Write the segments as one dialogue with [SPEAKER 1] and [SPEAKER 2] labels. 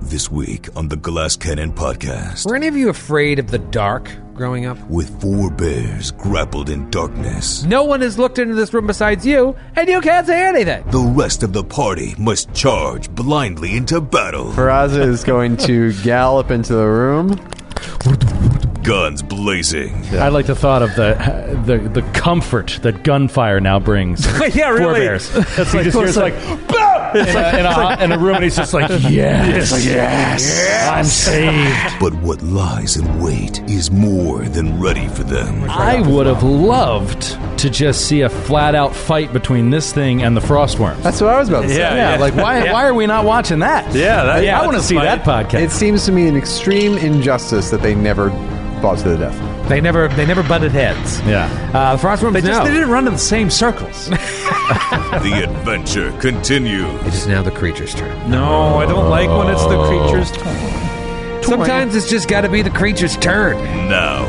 [SPEAKER 1] this week on the Glass Cannon podcast.
[SPEAKER 2] Were any of you afraid of the dark growing up?
[SPEAKER 1] With four bears grappled in darkness,
[SPEAKER 2] No one has looked into this room besides you, and you can't say anything.
[SPEAKER 1] the rest of the party must charge blindly into battle.
[SPEAKER 3] Peraza is going to gallop into the room.
[SPEAKER 1] Guns blazing,
[SPEAKER 4] I like the thought of the the the comfort that gunfire now brings.
[SPEAKER 2] yeah, really.
[SPEAKER 4] Four bears. That's like, just hears like, "Bah!" It's like, in, a, in a room, and he's just like, yes, yes, I'm saved.
[SPEAKER 1] but what lies in wait is more than ready for them.
[SPEAKER 4] I would have loved to just see a flat out fight between this thing and the frostworm.
[SPEAKER 3] That's what I was about to say.
[SPEAKER 4] Yeah, like why why are we not watching that?
[SPEAKER 5] Yeah, that- yeah,
[SPEAKER 4] I want to
[SPEAKER 5] that's
[SPEAKER 4] see
[SPEAKER 5] a
[SPEAKER 4] that
[SPEAKER 5] fight.
[SPEAKER 4] podcast.
[SPEAKER 3] It seems to me an extreme injustice that they never fought to the death.
[SPEAKER 2] They never, they never butted heads.
[SPEAKER 4] yeah.
[SPEAKER 2] Uh, the Frostworms,
[SPEAKER 5] They just
[SPEAKER 2] no.
[SPEAKER 5] they didn't run in the same circles.
[SPEAKER 1] The adventure continues.
[SPEAKER 2] It is now the creature's turn.
[SPEAKER 5] no, I don't like when it's the
[SPEAKER 4] Oh.
[SPEAKER 5] creature's turn.
[SPEAKER 2] Oh. Sometimes it's just got to be the creature's turn.
[SPEAKER 1] Now,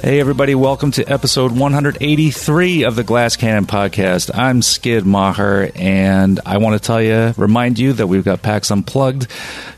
[SPEAKER 5] Hey, everybody, welcome to episode 183 of the Glass Cannon Podcast. I'm Skid Maher, and I want to tell you, remind you that we've got PAX Unplugged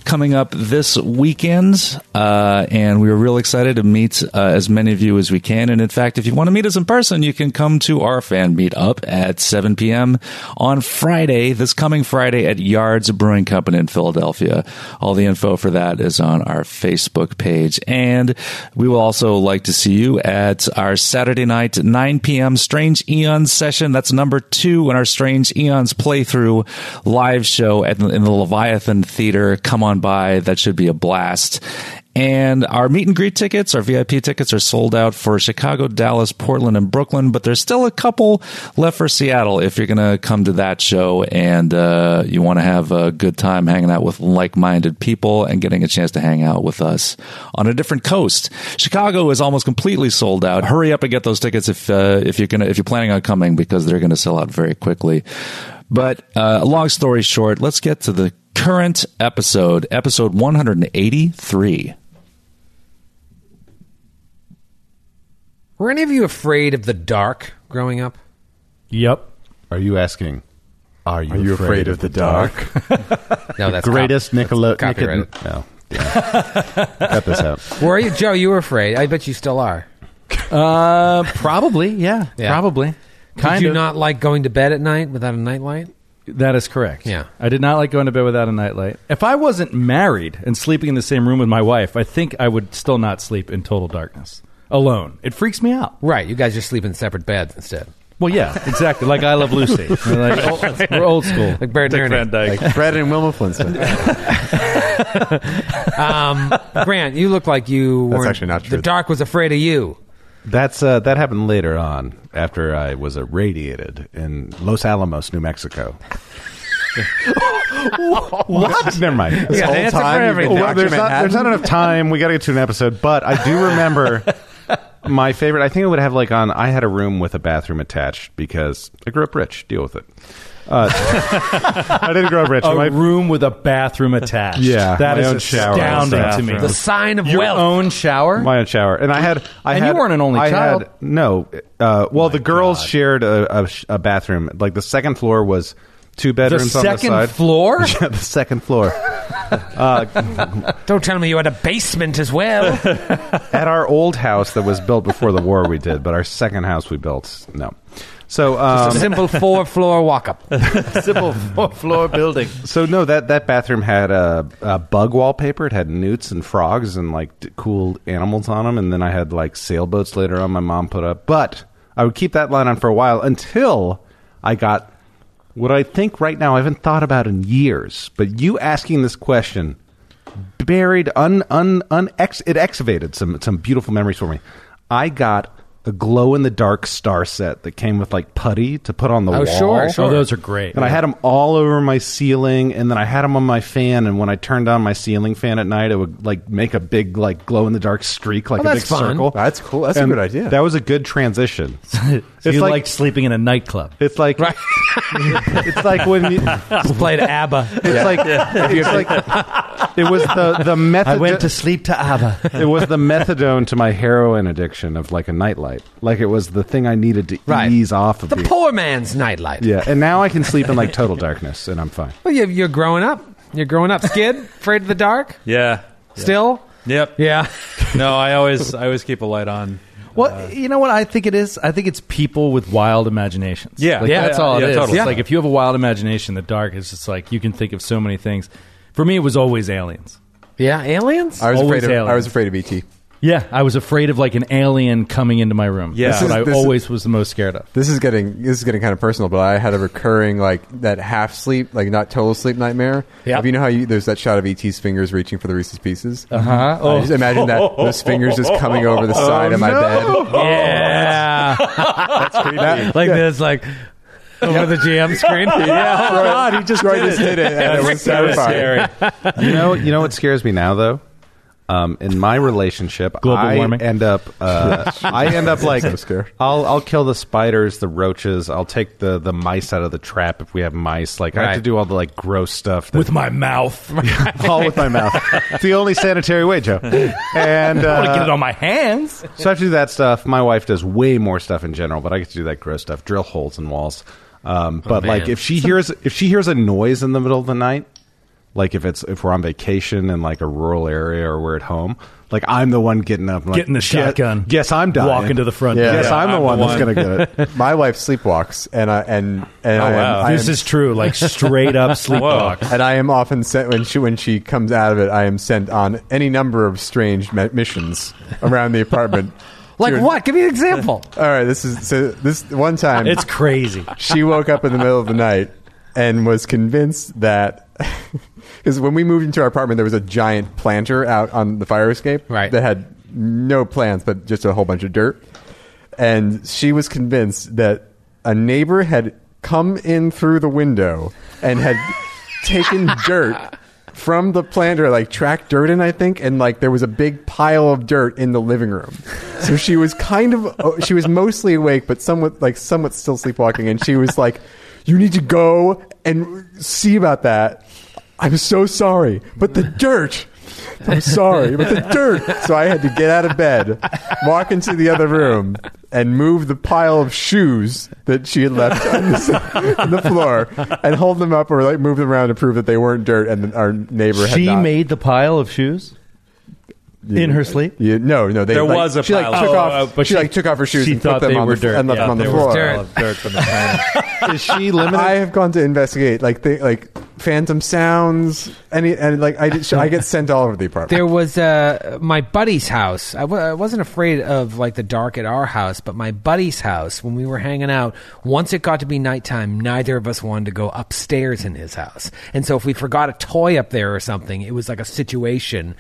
[SPEAKER 5] coming up this weekend, uh, and we are real excited to meet uh, as many of you as we can. And in fact, if you want to meet us in person, you can come to our fan meetup at 7 p.m. on Friday, this coming Friday at Yards Brewing Company in Philadelphia. All the info for that is on our Facebook page. And we will also like to see you at our Saturday night, 9 p.m. Strange Eons session. That's number two in our Strange Eons playthrough live show at, in the Leviathan Theater. Come on by. That should be a blast. And our meet and greet tickets, our VIP tickets are sold out for Chicago, Dallas, Portland, and Brooklyn, but there's still a couple left for Seattle if you're going to come to that show and uh, you want to have a good time hanging out with like minded people and getting a chance to hang out with us on a different coast. Chicago is almost completely sold out. Hurry up and get those tickets if, uh, if, you're, gonna, if you're planning on coming because they're going to sell out very quickly. But uh, long story short, let's get to the current episode, episode 183.
[SPEAKER 2] Were any of you afraid of the dark growing up?
[SPEAKER 4] Yep.
[SPEAKER 6] Are you asking? Are you, afraid, of the dark?
[SPEAKER 2] No, that's
[SPEAKER 6] Greatest
[SPEAKER 2] cop-
[SPEAKER 6] Nicola.
[SPEAKER 2] that's copyrighted.
[SPEAKER 6] Nicod- no. Yeah. Cut this out.
[SPEAKER 2] Were you, Joe? You were afraid. I bet you still are.
[SPEAKER 4] Uh, probably. Yeah.
[SPEAKER 2] Yeah.
[SPEAKER 4] Probably.
[SPEAKER 2] Did
[SPEAKER 4] Kind
[SPEAKER 2] you
[SPEAKER 4] of.
[SPEAKER 2] not like going to bed at night without a nightlight?
[SPEAKER 4] That is correct.
[SPEAKER 2] Yeah.
[SPEAKER 4] I did not like going to bed without a nightlight. If I wasn't married and sleeping in the same room with my wife, I think I would still not sleep in total darkness alone. It freaks me out.
[SPEAKER 2] Right, you guys just sleep in separate beds instead.
[SPEAKER 4] Well, yeah, exactly. Like I love Lucy. We're, like, oh, we're old school.
[SPEAKER 2] Like Barry and Ernie.
[SPEAKER 4] Dyke.
[SPEAKER 3] Like Fred and Wilma Flintstone.
[SPEAKER 2] Um, Grant, you look like you were.
[SPEAKER 6] That's actually not
[SPEAKER 2] The
[SPEAKER 6] true.
[SPEAKER 2] dark was afraid of you.
[SPEAKER 6] That's uh, that happened later on after I was irradiated in Los Alamos, New Mexico. what? Never mind. This
[SPEAKER 2] Yeah,
[SPEAKER 6] whole
[SPEAKER 2] answer for
[SPEAKER 6] time you've been
[SPEAKER 2] everything.
[SPEAKER 6] Well,
[SPEAKER 3] Dr.
[SPEAKER 6] there's, not,
[SPEAKER 3] Manhattan?
[SPEAKER 6] there's not enough time. We got to get to an episode, but I do remember my favorite. I think I would have like on. I had a room with a bathroom attached because I grew up rich. Deal with it. Uh, I didn't grow up rich.
[SPEAKER 4] A
[SPEAKER 6] My-
[SPEAKER 4] room with a bathroom attached.
[SPEAKER 6] Yeah,
[SPEAKER 4] that
[SPEAKER 6] my
[SPEAKER 4] is
[SPEAKER 6] own shower and
[SPEAKER 4] astounding
[SPEAKER 6] stuff.
[SPEAKER 4] to me.
[SPEAKER 2] The sign of
[SPEAKER 4] Your
[SPEAKER 2] wealth.
[SPEAKER 4] own shower.
[SPEAKER 6] My own shower, and I had, I
[SPEAKER 4] And you
[SPEAKER 6] had,
[SPEAKER 4] weren't an only
[SPEAKER 6] I
[SPEAKER 4] child.
[SPEAKER 6] Had, no, uh, well, the girls shared a, a, sh- a bathroom. Like the second floor was two
[SPEAKER 4] the
[SPEAKER 6] bedrooms on the
[SPEAKER 4] second
[SPEAKER 6] side.
[SPEAKER 4] floor.
[SPEAKER 6] yeah, the second floor.
[SPEAKER 2] Don't tell me you had a basement as well.
[SPEAKER 6] At our old house that was built before the war, we did, but our second house we built, no. So, um,
[SPEAKER 2] Simple four floor walk up.
[SPEAKER 4] Simple four floor building.
[SPEAKER 6] so no, that that bathroom had a, a bug wallpaper. It had newts and frogs and like d- cool animals on them. And then I had like sailboats later on. My mom put up, but I would keep that line on for a while until I got what I think right now I haven't thought about in years. But you asking this question buried un un un ex, it excavated some some beautiful memories for me. I got the glow in the dark star set that came with like putty to put on the
[SPEAKER 2] Oh,
[SPEAKER 6] wall.
[SPEAKER 2] sure, sure.
[SPEAKER 4] Oh, those are great.
[SPEAKER 6] And I had them all over my ceiling, and then I had them on my fan. And when I turned on my ceiling fan at night, it would like make a big like glow in the dark streak,
[SPEAKER 2] Oh,
[SPEAKER 6] like a big
[SPEAKER 2] that's fun.
[SPEAKER 6] circle.
[SPEAKER 3] That's cool. That's a
[SPEAKER 6] And
[SPEAKER 3] good idea.
[SPEAKER 6] That was a good transition.
[SPEAKER 4] So
[SPEAKER 6] it's
[SPEAKER 4] you
[SPEAKER 6] like-
[SPEAKER 4] liked sleeping in a nightclub.
[SPEAKER 6] It's like it's like when you, it's
[SPEAKER 2] played ABBA.
[SPEAKER 6] like it's like it was the the method.
[SPEAKER 4] sleep to
[SPEAKER 2] Ah,
[SPEAKER 4] ABBA.
[SPEAKER 6] it was the methadone to my heroin addiction of like a nightlight. Like it was the thing I needed to
[SPEAKER 2] Right.
[SPEAKER 6] ease off of
[SPEAKER 2] The
[SPEAKER 6] being-
[SPEAKER 2] poor man's nightlight.
[SPEAKER 6] Yeah, and now I can sleep in like total darkness, and I'm fine.
[SPEAKER 2] Well, you- you're growing up. You're growing up. Skid, afraid of the dark?
[SPEAKER 7] Yeah.
[SPEAKER 2] Still?
[SPEAKER 7] Yep.
[SPEAKER 2] Yeah.
[SPEAKER 7] No, I always I always keep a light on.
[SPEAKER 4] Well, you know what I think it is? I think it's people with wild imaginations.
[SPEAKER 7] Yeah.
[SPEAKER 4] Like,
[SPEAKER 7] Yeah,
[SPEAKER 4] that's all it
[SPEAKER 7] yeah,
[SPEAKER 4] is.
[SPEAKER 7] totally.
[SPEAKER 4] It's
[SPEAKER 7] Yeah.
[SPEAKER 4] like if you have a wild imagination, the dark is just like you can think of so many things. For me, it was always aliens.
[SPEAKER 2] Yeah, aliens?
[SPEAKER 3] I was
[SPEAKER 4] Always
[SPEAKER 3] afraid of
[SPEAKER 4] aliens.
[SPEAKER 3] I was afraid of E ET.
[SPEAKER 4] Yeah, I was afraid of like an alien coming into my room.
[SPEAKER 7] Yeah.
[SPEAKER 4] That's
[SPEAKER 7] This
[SPEAKER 3] is-
[SPEAKER 4] what I
[SPEAKER 3] this is-
[SPEAKER 4] always was the most scared of.
[SPEAKER 3] This is getting this is getting kind of personal, but I had a recurring like that half sleep, like not total sleep nightmare.
[SPEAKER 2] Yeah.
[SPEAKER 3] Of- You know how you, there's that shot of ET's fingers reaching for the Reese's Pieces. Uh
[SPEAKER 4] Uh-huh.
[SPEAKER 3] I just imagine that those fingers just coming over the side of my bed.
[SPEAKER 2] Yeah. like this, like over the GM screen. Oh,
[SPEAKER 3] Yeah, God, he just right, just hit it, and it was terrifying.
[SPEAKER 6] You know, you know what scares me now though. Um, in my relationship,
[SPEAKER 4] Global
[SPEAKER 6] I
[SPEAKER 4] warming.
[SPEAKER 6] end up, uh, I end up like,
[SPEAKER 3] so scared.
[SPEAKER 6] I'll, I'll kill the spiders, the roaches, I'll take the, the mice out of the trap if we have mice. Like I have to
[SPEAKER 2] Right.
[SPEAKER 6] do all the like gross stuff that,
[SPEAKER 4] With my mouth. I
[SPEAKER 6] all with my mouth. It's the only sanitary way, Joe. And
[SPEAKER 4] want to get it
[SPEAKER 6] uh,
[SPEAKER 4] on my hands.
[SPEAKER 6] so I have to do that stuff. My wife does way more stuff in general, but I get to do that gross stuff, drill holes in walls. Um, but
[SPEAKER 2] man.
[SPEAKER 6] like if she hears if she hears a noise in the middle of the night, like if it's if we're on vacation in like a rural area or we're at home, like I'm the one getting up, and like,
[SPEAKER 4] Getting the
[SPEAKER 6] "Guess-
[SPEAKER 4] shotgun.
[SPEAKER 6] Guess I'm dying.
[SPEAKER 4] Walking to the front
[SPEAKER 3] Yeah.
[SPEAKER 6] Yes,
[SPEAKER 3] door.
[SPEAKER 6] I'm, the one, that's
[SPEAKER 7] one.
[SPEAKER 6] gonna get it.
[SPEAKER 3] My wife sleepwalks, and I and and I, am, I
[SPEAKER 7] wow.
[SPEAKER 3] am-
[SPEAKER 4] Oh, This is true, like straight up sleepwalk.
[SPEAKER 3] and I am often sent when she when she comes out of it. I am sent on any number of strange ma- missions around the apartment.
[SPEAKER 2] Like
[SPEAKER 3] Dude.
[SPEAKER 2] what? Give me an example.
[SPEAKER 3] All right, this is so. This one time,
[SPEAKER 4] It's crazy.
[SPEAKER 3] she woke up in the middle of the night and was convinced that because when we moved into our apartment, there was a giant planter out on the fire escape
[SPEAKER 2] Right.
[SPEAKER 3] that had no plants but just a whole bunch of dirt, and she was convinced that a neighbor had come in through the window and had taken dirt. From the planter, like tracked dirt in, I think, and like there was a big pile of dirt in the living room. So she was kind of, oh, she was mostly awake, but somewhat, like somewhat still sleepwalking. And she was like, "You need to go and see about that." I'm so sorry, but the dirt. I'm sorry, but the dirt. So I had to get out of bed, walk into the other room, and move the pile of shoes that she had left on the, on the floor, and hold them up or like move them around to prove that they weren't dirt, and our neighbor had
[SPEAKER 4] She
[SPEAKER 3] not.
[SPEAKER 4] made the pile of shoes in her sleep.
[SPEAKER 3] Yeah, no, no. They,
[SPEAKER 7] There
[SPEAKER 3] like,
[SPEAKER 7] was a
[SPEAKER 3] she like
[SPEAKER 7] pile.
[SPEAKER 3] took
[SPEAKER 7] Oh,
[SPEAKER 3] off.
[SPEAKER 7] uh, but
[SPEAKER 3] she,
[SPEAKER 7] she-
[SPEAKER 3] like took off her shoes
[SPEAKER 4] she
[SPEAKER 3] and
[SPEAKER 4] thought
[SPEAKER 3] put them
[SPEAKER 4] they
[SPEAKER 3] on
[SPEAKER 4] were
[SPEAKER 3] the,
[SPEAKER 4] dirt.
[SPEAKER 3] and left
[SPEAKER 4] Yeah,
[SPEAKER 3] them on the
[SPEAKER 4] they were
[SPEAKER 3] floor.
[SPEAKER 2] dirt.
[SPEAKER 6] Is she limited?
[SPEAKER 3] I have gone to investigate like thi- like phantom sounds, any and like I did, I get sent all over the apartment.
[SPEAKER 2] There was uh, my buddy's house. I w- I wasn't afraid of like the dark at our house, but my buddy's house when we were hanging out. Once it got to be nighttime, neither of us wanted to go upstairs in his house, and so if we forgot a toy up there or something, it was like a situation.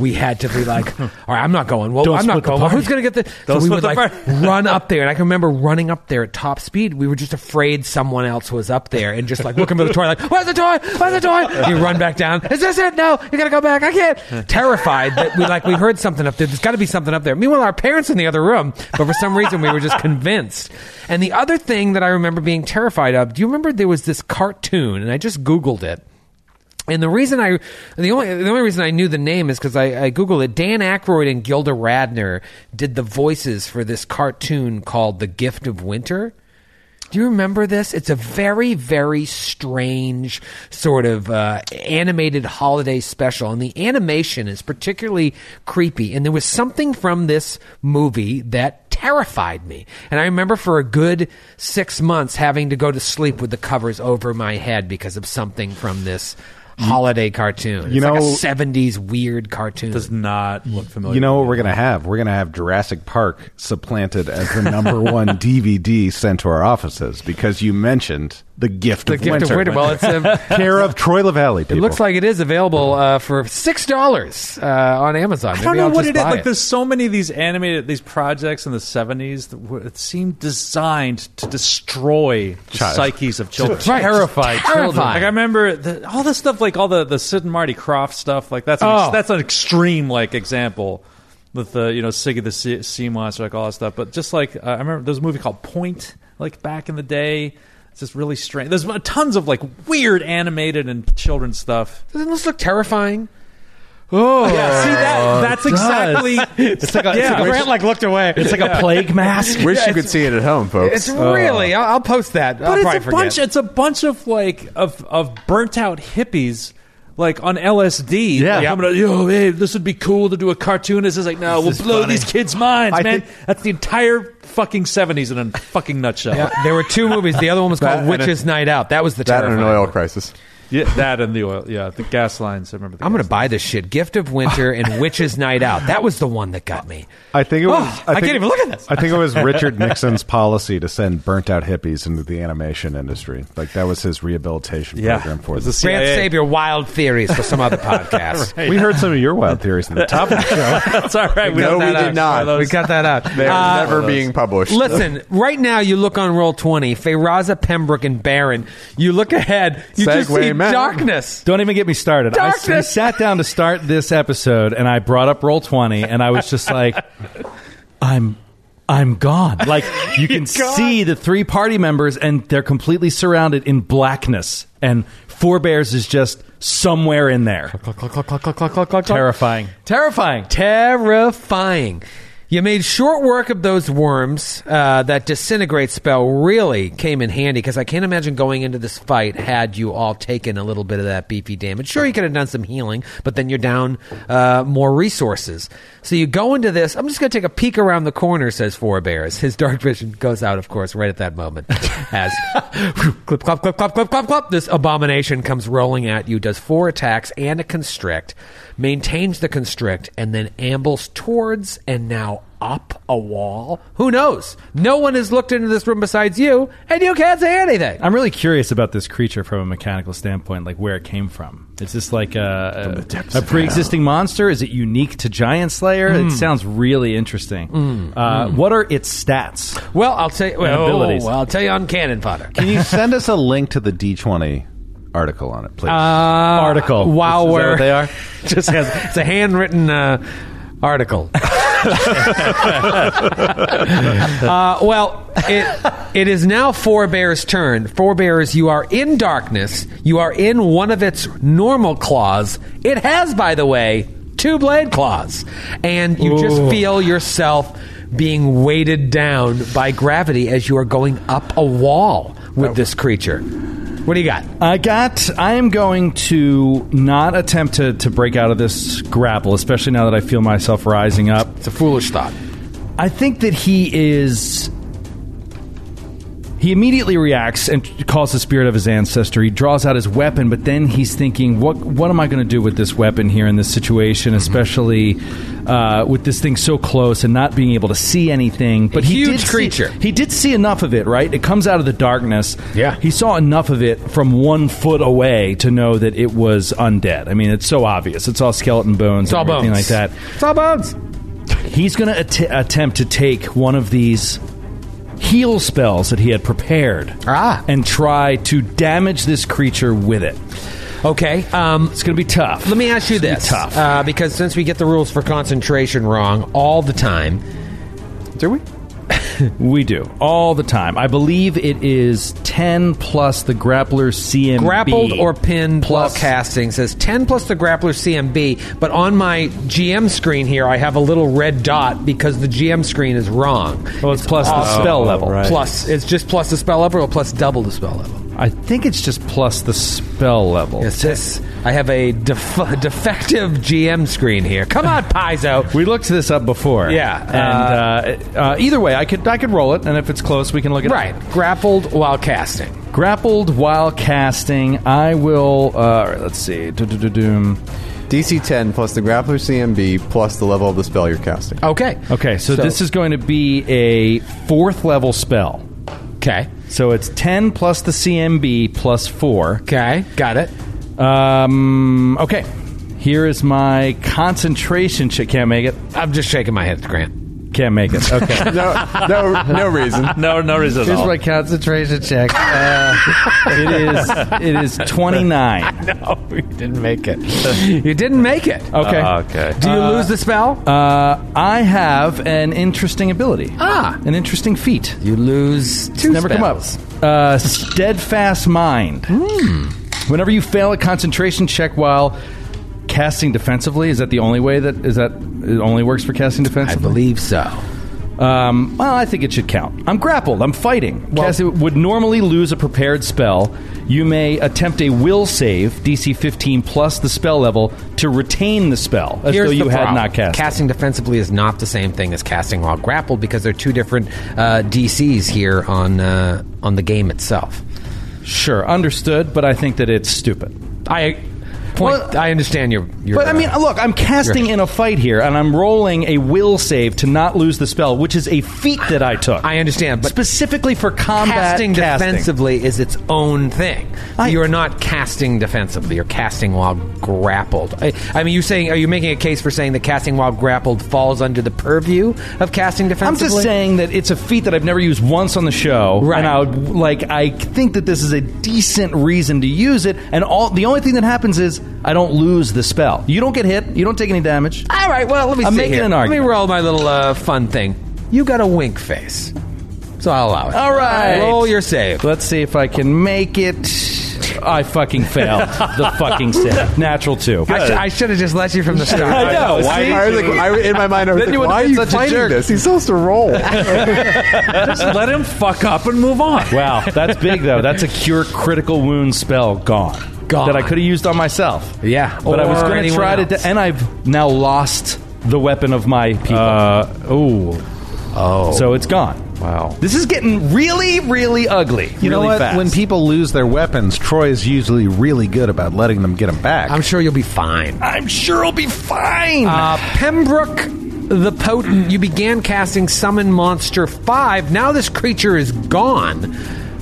[SPEAKER 2] We had to be like, "All right, I'm not going. Well,
[SPEAKER 4] Don't
[SPEAKER 2] I'm not
[SPEAKER 4] split the
[SPEAKER 2] going. Well,
[SPEAKER 4] party.
[SPEAKER 2] who's going to get the?" so we
[SPEAKER 7] Don't split
[SPEAKER 2] would
[SPEAKER 7] the
[SPEAKER 2] like
[SPEAKER 7] party.
[SPEAKER 2] run up there, and I can remember running up there at top speed. We were just afraid someone else was up there, and just like looking for the toy, like, "Where's the toy? Where's the toy?" And you run back down. Is this it? No, you gotta go back. I can't. Terrified that we like we heard something up there. There's got to be something up there. Meanwhile, our parents in the other room, but for some reason we were just convinced. And the other thing that I remember being terrified of, do you remember there was this cartoon, and I just Googled it. And the reason I, the only the only reason I knew the name is because I, I googled it. Dan Aykroyd and Gilda Radner did the voices for this cartoon called "The Gift of Winter." Do you remember this? It's a very very strange sort of uh, animated holiday special, and the animation is particularly creepy. And there was something from this movie that terrified me. And I remember for a good six months having to go to sleep with the covers over my head because of something from this holiday cartoon.
[SPEAKER 6] You
[SPEAKER 2] it's like a
[SPEAKER 6] know-
[SPEAKER 2] 70s weird cartoon.
[SPEAKER 7] Does not look familiar.
[SPEAKER 6] you know what we're gonna have? We're gonna have Jurassic Park supplanted as the number one DVD sent to our offices because you mentioned The Gift
[SPEAKER 2] The
[SPEAKER 6] of
[SPEAKER 2] gift
[SPEAKER 6] Winter.
[SPEAKER 2] of winter. Well, it's a,
[SPEAKER 6] Care of Troy LaValley,
[SPEAKER 2] it
[SPEAKER 6] people.
[SPEAKER 2] looks like it is available uh, for six dollars uh, on Amazon.
[SPEAKER 7] I don't
[SPEAKER 2] Maybe
[SPEAKER 7] know
[SPEAKER 2] I'll
[SPEAKER 7] what
[SPEAKER 2] just
[SPEAKER 7] it is.
[SPEAKER 2] buy
[SPEAKER 7] Like, there's so many of these animated these projects in the '70s that were, it seemed designed to destroy the
[SPEAKER 6] Child.
[SPEAKER 7] psyches of children.
[SPEAKER 2] Right.
[SPEAKER 7] Terrified,
[SPEAKER 2] Terrifying.
[SPEAKER 7] children. Like I remember the, all this stuff, like all the, the Sid and Marty Croft stuff. Like that's an,
[SPEAKER 2] Oh.
[SPEAKER 7] ex, that's an extreme like example with the you know Sig of the sea, sea monster, like all that stuff. But just like uh, I remember, there was a movie called Point, like back in the day. It's just really strange. There's tons of like weird animated and children's stuff.
[SPEAKER 2] Doesn't this look terrifying? Oh,
[SPEAKER 7] Yeah, see that? That's exactly.
[SPEAKER 4] It's like a, it's
[SPEAKER 7] Yeah.
[SPEAKER 4] like a-
[SPEAKER 7] Grant,
[SPEAKER 2] like looked away.
[SPEAKER 4] it's like a plague mask. Oh.
[SPEAKER 3] Wish you could see it at home, folks.
[SPEAKER 2] It's really. I'll, I'll post that. I'll
[SPEAKER 7] Oh. But
[SPEAKER 2] probably
[SPEAKER 7] it's a
[SPEAKER 2] forget.
[SPEAKER 7] bunch. It's a bunch of like of of burnt out hippies. Like on LSD,
[SPEAKER 6] Yeah.
[SPEAKER 7] like,
[SPEAKER 6] Yeah.
[SPEAKER 7] coming out, yo, hey, this would be cool to do a cartoon. This is like, no, we'll blow these kids' minds,
[SPEAKER 6] I
[SPEAKER 7] man.
[SPEAKER 6] think-
[SPEAKER 7] That's the entire fucking seventies in a fucking nutshell.
[SPEAKER 2] Yeah, there were two movies. The other one was
[SPEAKER 3] That
[SPEAKER 2] called
[SPEAKER 3] and a-
[SPEAKER 2] Witch's Night Out. That was the
[SPEAKER 3] that and an
[SPEAKER 2] terrifying
[SPEAKER 3] oil
[SPEAKER 2] one.
[SPEAKER 3] crisis.
[SPEAKER 7] Yeah, that and the oil, yeah, the gas lines. I remember. The
[SPEAKER 2] I'm going
[SPEAKER 7] gas
[SPEAKER 2] to buy this shit. Gift of Winter and Witch's Night Out. That was the one that got me.
[SPEAKER 6] I think it was.
[SPEAKER 2] Oh, I
[SPEAKER 6] think,
[SPEAKER 2] can't even look at this.
[SPEAKER 6] I think it was Richard Nixon's policy to send burnt out hippies into the animation industry. Like that was his rehabilitation
[SPEAKER 7] Yeah.
[SPEAKER 6] program for
[SPEAKER 7] It was
[SPEAKER 6] them.
[SPEAKER 7] the CIA.
[SPEAKER 2] Grant, save your wild theories for some other podcast.
[SPEAKER 6] We heard some of your wild theories in the top of the show.
[SPEAKER 7] That's all right. We
[SPEAKER 3] No,
[SPEAKER 7] got
[SPEAKER 3] we
[SPEAKER 7] that
[SPEAKER 3] did
[SPEAKER 7] out.
[SPEAKER 3] not.
[SPEAKER 7] Carlos.
[SPEAKER 2] We got that out.
[SPEAKER 3] They're
[SPEAKER 2] Uh,
[SPEAKER 3] never being published.
[SPEAKER 2] Listen, right now you look on roll twenty, Feyraza, Pembroke, and Barron. You look ahead, you just
[SPEAKER 3] Segway
[SPEAKER 2] see
[SPEAKER 3] man.
[SPEAKER 2] darkness.
[SPEAKER 4] Don't even get me started. I s-
[SPEAKER 2] Darkness.
[SPEAKER 4] sat down to start this episode, and I brought up roll twenty, and I was just like, "I'm, I'm gone." Like you can see the three party members, and they're completely surrounded in blackness, and Four Bears is just somewhere in there. Terrifying. Terrifying.
[SPEAKER 2] Terrifying. You made short work of those worms. Uh, that disintegrate spell really came in handy because I can't imagine going into this fight had you all taken a little bit of that beefy damage. Sure, you could have done some healing, but then you're down uh, more resources. So you go into this. I'm just going to take a peek around the corner, says Four Bears. His dark vision goes out, of course, right at that moment. As clip, clop, clip, clop, clip, clop, clop, this abomination comes rolling at you, does four attacks and a constrict, maintains the constrict, and then ambles towards and now up a wall. Who knows? No one has looked into this room besides you, and you can't say anything.
[SPEAKER 4] I'm really curious about this creature from a mechanical standpoint, like where it came from. Is this like a, a, a pre-existing monster? Is it unique to Giant Slayer?
[SPEAKER 2] Hmm.
[SPEAKER 4] It sounds really interesting. Uh, What are its stats?
[SPEAKER 2] Well, I'll tell you.
[SPEAKER 4] And
[SPEAKER 2] Well,
[SPEAKER 4] abilities.
[SPEAKER 2] well, I'll tell you on cannon fodder.
[SPEAKER 6] Can you send us a link to the D20 article on it, please?
[SPEAKER 2] Uh,
[SPEAKER 4] Article.
[SPEAKER 2] While
[SPEAKER 6] Is that
[SPEAKER 2] we're
[SPEAKER 6] what they are?
[SPEAKER 2] just has it's a handwritten uh, article. uh, well, it it is now Forebear's turn. Forebear's, you are in darkness. You are in one of its normal claws. It has, by the way, two blade claws, and you just feel yourself being weighted down by gravity as you are going up a wall
[SPEAKER 6] Oh.
[SPEAKER 2] with this creature. What do you got?
[SPEAKER 4] I got. I am going to not attempt to, to break out of this grapple, especially now that I feel myself rising up.
[SPEAKER 2] It's a foolish thought.
[SPEAKER 4] I think that he is. He immediately reacts and calls the spirit of his ancestor. He draws out his weapon, but then he's thinking, "What? What am I going to do with this weapon here in this situation,
[SPEAKER 2] Mm-hmm.
[SPEAKER 4] especially uh, with this thing so close and not being able to see anything?" But he
[SPEAKER 2] huge
[SPEAKER 4] did see-
[SPEAKER 2] creature.
[SPEAKER 4] he did see enough of it, right? It comes out of the darkness.
[SPEAKER 2] Yeah.
[SPEAKER 4] he saw enough of it from one foot away to know that it was undead. I mean, it's so obvious. It's all skeleton bones,
[SPEAKER 2] It's all
[SPEAKER 4] and everything
[SPEAKER 2] bones.
[SPEAKER 4] like that.
[SPEAKER 2] It's all bones.
[SPEAKER 4] He's going to att- attempt to take one of these heal spells that he had prepared
[SPEAKER 2] Ah.
[SPEAKER 4] and try to damage this creature with it.
[SPEAKER 2] Okay. Um,
[SPEAKER 4] It's going to be tough.
[SPEAKER 2] Let me ask you
[SPEAKER 4] It's gonna be
[SPEAKER 2] this,
[SPEAKER 4] tough.
[SPEAKER 2] Uh, because since we get the rules for concentration wrong all the time,
[SPEAKER 3] Do we?
[SPEAKER 4] we do all the time. I believe it is 10 plus the grappler's CMB.
[SPEAKER 2] grappled or pinned plus
[SPEAKER 4] Plus-
[SPEAKER 2] casting says ten plus the grappler CMB. But on my GM screen here, I have a little red dot because the GM screen is wrong. Oh,
[SPEAKER 4] Well, it's plus the spell level.
[SPEAKER 2] Plus, it's just plus the spell level, or plus double the spell level.
[SPEAKER 4] I think it's just plus the spell level.
[SPEAKER 2] It's this. I have a def- defective GM screen here. Come on, Paizo.
[SPEAKER 4] We looked this up before.
[SPEAKER 2] Yeah,
[SPEAKER 4] And uh, uh, either way, I could I could roll it, and if it's close, we can look it up.
[SPEAKER 2] Right, grappled while casting.
[SPEAKER 4] Grappled while casting. I will. Uh, all right, let's see. Do-do-do-doom.
[SPEAKER 3] DC 10 plus the grappler CMB plus the level of the spell you're
[SPEAKER 4] Oh,
[SPEAKER 3] casting.
[SPEAKER 2] Okay.
[SPEAKER 4] Okay, so, this is going to be a fourth level spell.
[SPEAKER 2] okay.
[SPEAKER 4] So it's 10 plus the CMB plus 4.
[SPEAKER 2] Okay, got it.
[SPEAKER 4] Um, okay. Here is my concentration shit. Can't make it.
[SPEAKER 2] I'm just shaking my head, Grant.
[SPEAKER 4] Can't make it. Okay.
[SPEAKER 3] No, no, no reason.
[SPEAKER 7] No, no reason at
[SPEAKER 8] Here's
[SPEAKER 7] all.
[SPEAKER 8] my concentration check. Uh,
[SPEAKER 4] it is it is 29.
[SPEAKER 2] No, you didn't make it. you didn't make it. Uh,
[SPEAKER 4] Okay.
[SPEAKER 7] okay.
[SPEAKER 2] Do you lose the spell?
[SPEAKER 4] Uh, I have an interesting ability.
[SPEAKER 2] Ah.
[SPEAKER 4] An interesting feat.
[SPEAKER 2] you lose two
[SPEAKER 4] Never
[SPEAKER 2] spells. Hmm.
[SPEAKER 4] come up. Uh, steadfast mind. Whenever you fail a concentration check while casting defensively, is that the only way that is that it only works for casting
[SPEAKER 2] I
[SPEAKER 4] defensively?
[SPEAKER 2] believe so.
[SPEAKER 4] Um, well, I think it should count. I'm grappled. I'm fighting. Cassie would normally lose a prepared spell. You may attempt a will save, DC 15 plus the spell level, to retain the spell as though you
[SPEAKER 2] the
[SPEAKER 4] had
[SPEAKER 2] problem.
[SPEAKER 4] not cast. it.
[SPEAKER 2] Casting defensively is not the same thing as casting while grappled because they're two different uh, DCs here on uh, on the game itself.
[SPEAKER 4] Sure, understood, but I think that it's stupid.
[SPEAKER 2] I point.
[SPEAKER 4] Well-
[SPEAKER 2] I understand your. your
[SPEAKER 4] But I mean,
[SPEAKER 2] uh,
[SPEAKER 4] look, I'm casting in a fight here, and I'm rolling a will save to not lose the spell, which is a feat that I took.
[SPEAKER 2] I understand, but
[SPEAKER 4] specifically for combat
[SPEAKER 2] casting defensively is its own thing.
[SPEAKER 4] I-
[SPEAKER 2] you are not casting defensively. You're casting while grappled. I, I mean, you saying are you making a case for saying that casting while grappled falls under the purview of casting
[SPEAKER 4] I'm
[SPEAKER 2] defensively?
[SPEAKER 4] just saying that it's a feat that I've never used once on the show,
[SPEAKER 2] Right.
[SPEAKER 4] and I would, like I think that this is a decent reason to use it. And all the only thing that happens is I don't lose the spell. You don't get hit. You don't take any damage.
[SPEAKER 2] All right. Well, let me.
[SPEAKER 4] I'm
[SPEAKER 2] see
[SPEAKER 4] making
[SPEAKER 2] here.
[SPEAKER 4] an
[SPEAKER 2] Let
[SPEAKER 4] argument.
[SPEAKER 2] me roll my little uh, fun thing. You got a wink face, so I'll allow it.
[SPEAKER 4] All right.
[SPEAKER 2] Roll your save.
[SPEAKER 4] Let's see if I can make it. I fucking failed the fucking save. Natural two.
[SPEAKER 2] I, sh- I should have just let you from the start.
[SPEAKER 4] I know. See?
[SPEAKER 3] I was like, I, in my mind, I was
[SPEAKER 4] Then
[SPEAKER 3] like,
[SPEAKER 4] you would've
[SPEAKER 3] why are
[SPEAKER 4] been
[SPEAKER 3] you
[SPEAKER 4] such a
[SPEAKER 3] fighting
[SPEAKER 4] jerk.
[SPEAKER 3] this? He's supposed to roll.
[SPEAKER 7] Just let him fuck up and move on.
[SPEAKER 4] Wow, that's big though. That's a cure critical wound spell gone.
[SPEAKER 2] Gone.
[SPEAKER 4] That I could have used on myself.
[SPEAKER 2] Yeah,
[SPEAKER 4] But I was
[SPEAKER 2] or
[SPEAKER 4] going to
[SPEAKER 2] anyone
[SPEAKER 4] try to.
[SPEAKER 2] else.
[SPEAKER 4] and I've now lost the weapon of my people. Uh, oh. Oh. So it's gone.
[SPEAKER 7] Wow.
[SPEAKER 4] This is getting really, really ugly.
[SPEAKER 6] You know
[SPEAKER 4] really
[SPEAKER 6] what?
[SPEAKER 4] Fast.
[SPEAKER 6] When people lose their weapons, Troy is usually really good about letting them get them back.
[SPEAKER 2] I'm sure you'll be fine.
[SPEAKER 4] I'm sure I'll be fine.
[SPEAKER 2] Uh, Pembroke the Potent, you began casting Summon Monster 5. Now this creature is gone,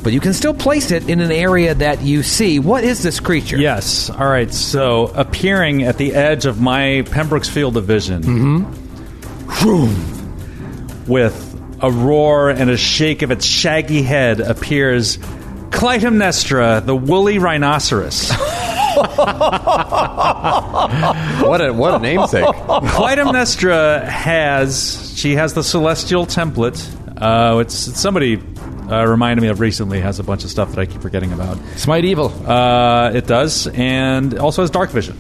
[SPEAKER 2] but you can still place it in an area that you see. What is this creature?
[SPEAKER 7] Yes. All right. So appearing at the edge of my Pembroke's field of vision, Vroom. with a roar and a shake of its shaggy head, appears Clytemnestra, the woolly rhinoceros.
[SPEAKER 3] what a what a namesake.
[SPEAKER 7] Clytemnestra has she has the celestial template. Uh, it's, it's somebody uh, reminded me of recently has a bunch of stuff that I keep forgetting about.
[SPEAKER 4] Smite evil.
[SPEAKER 7] Uh, it does, and also has dark vision.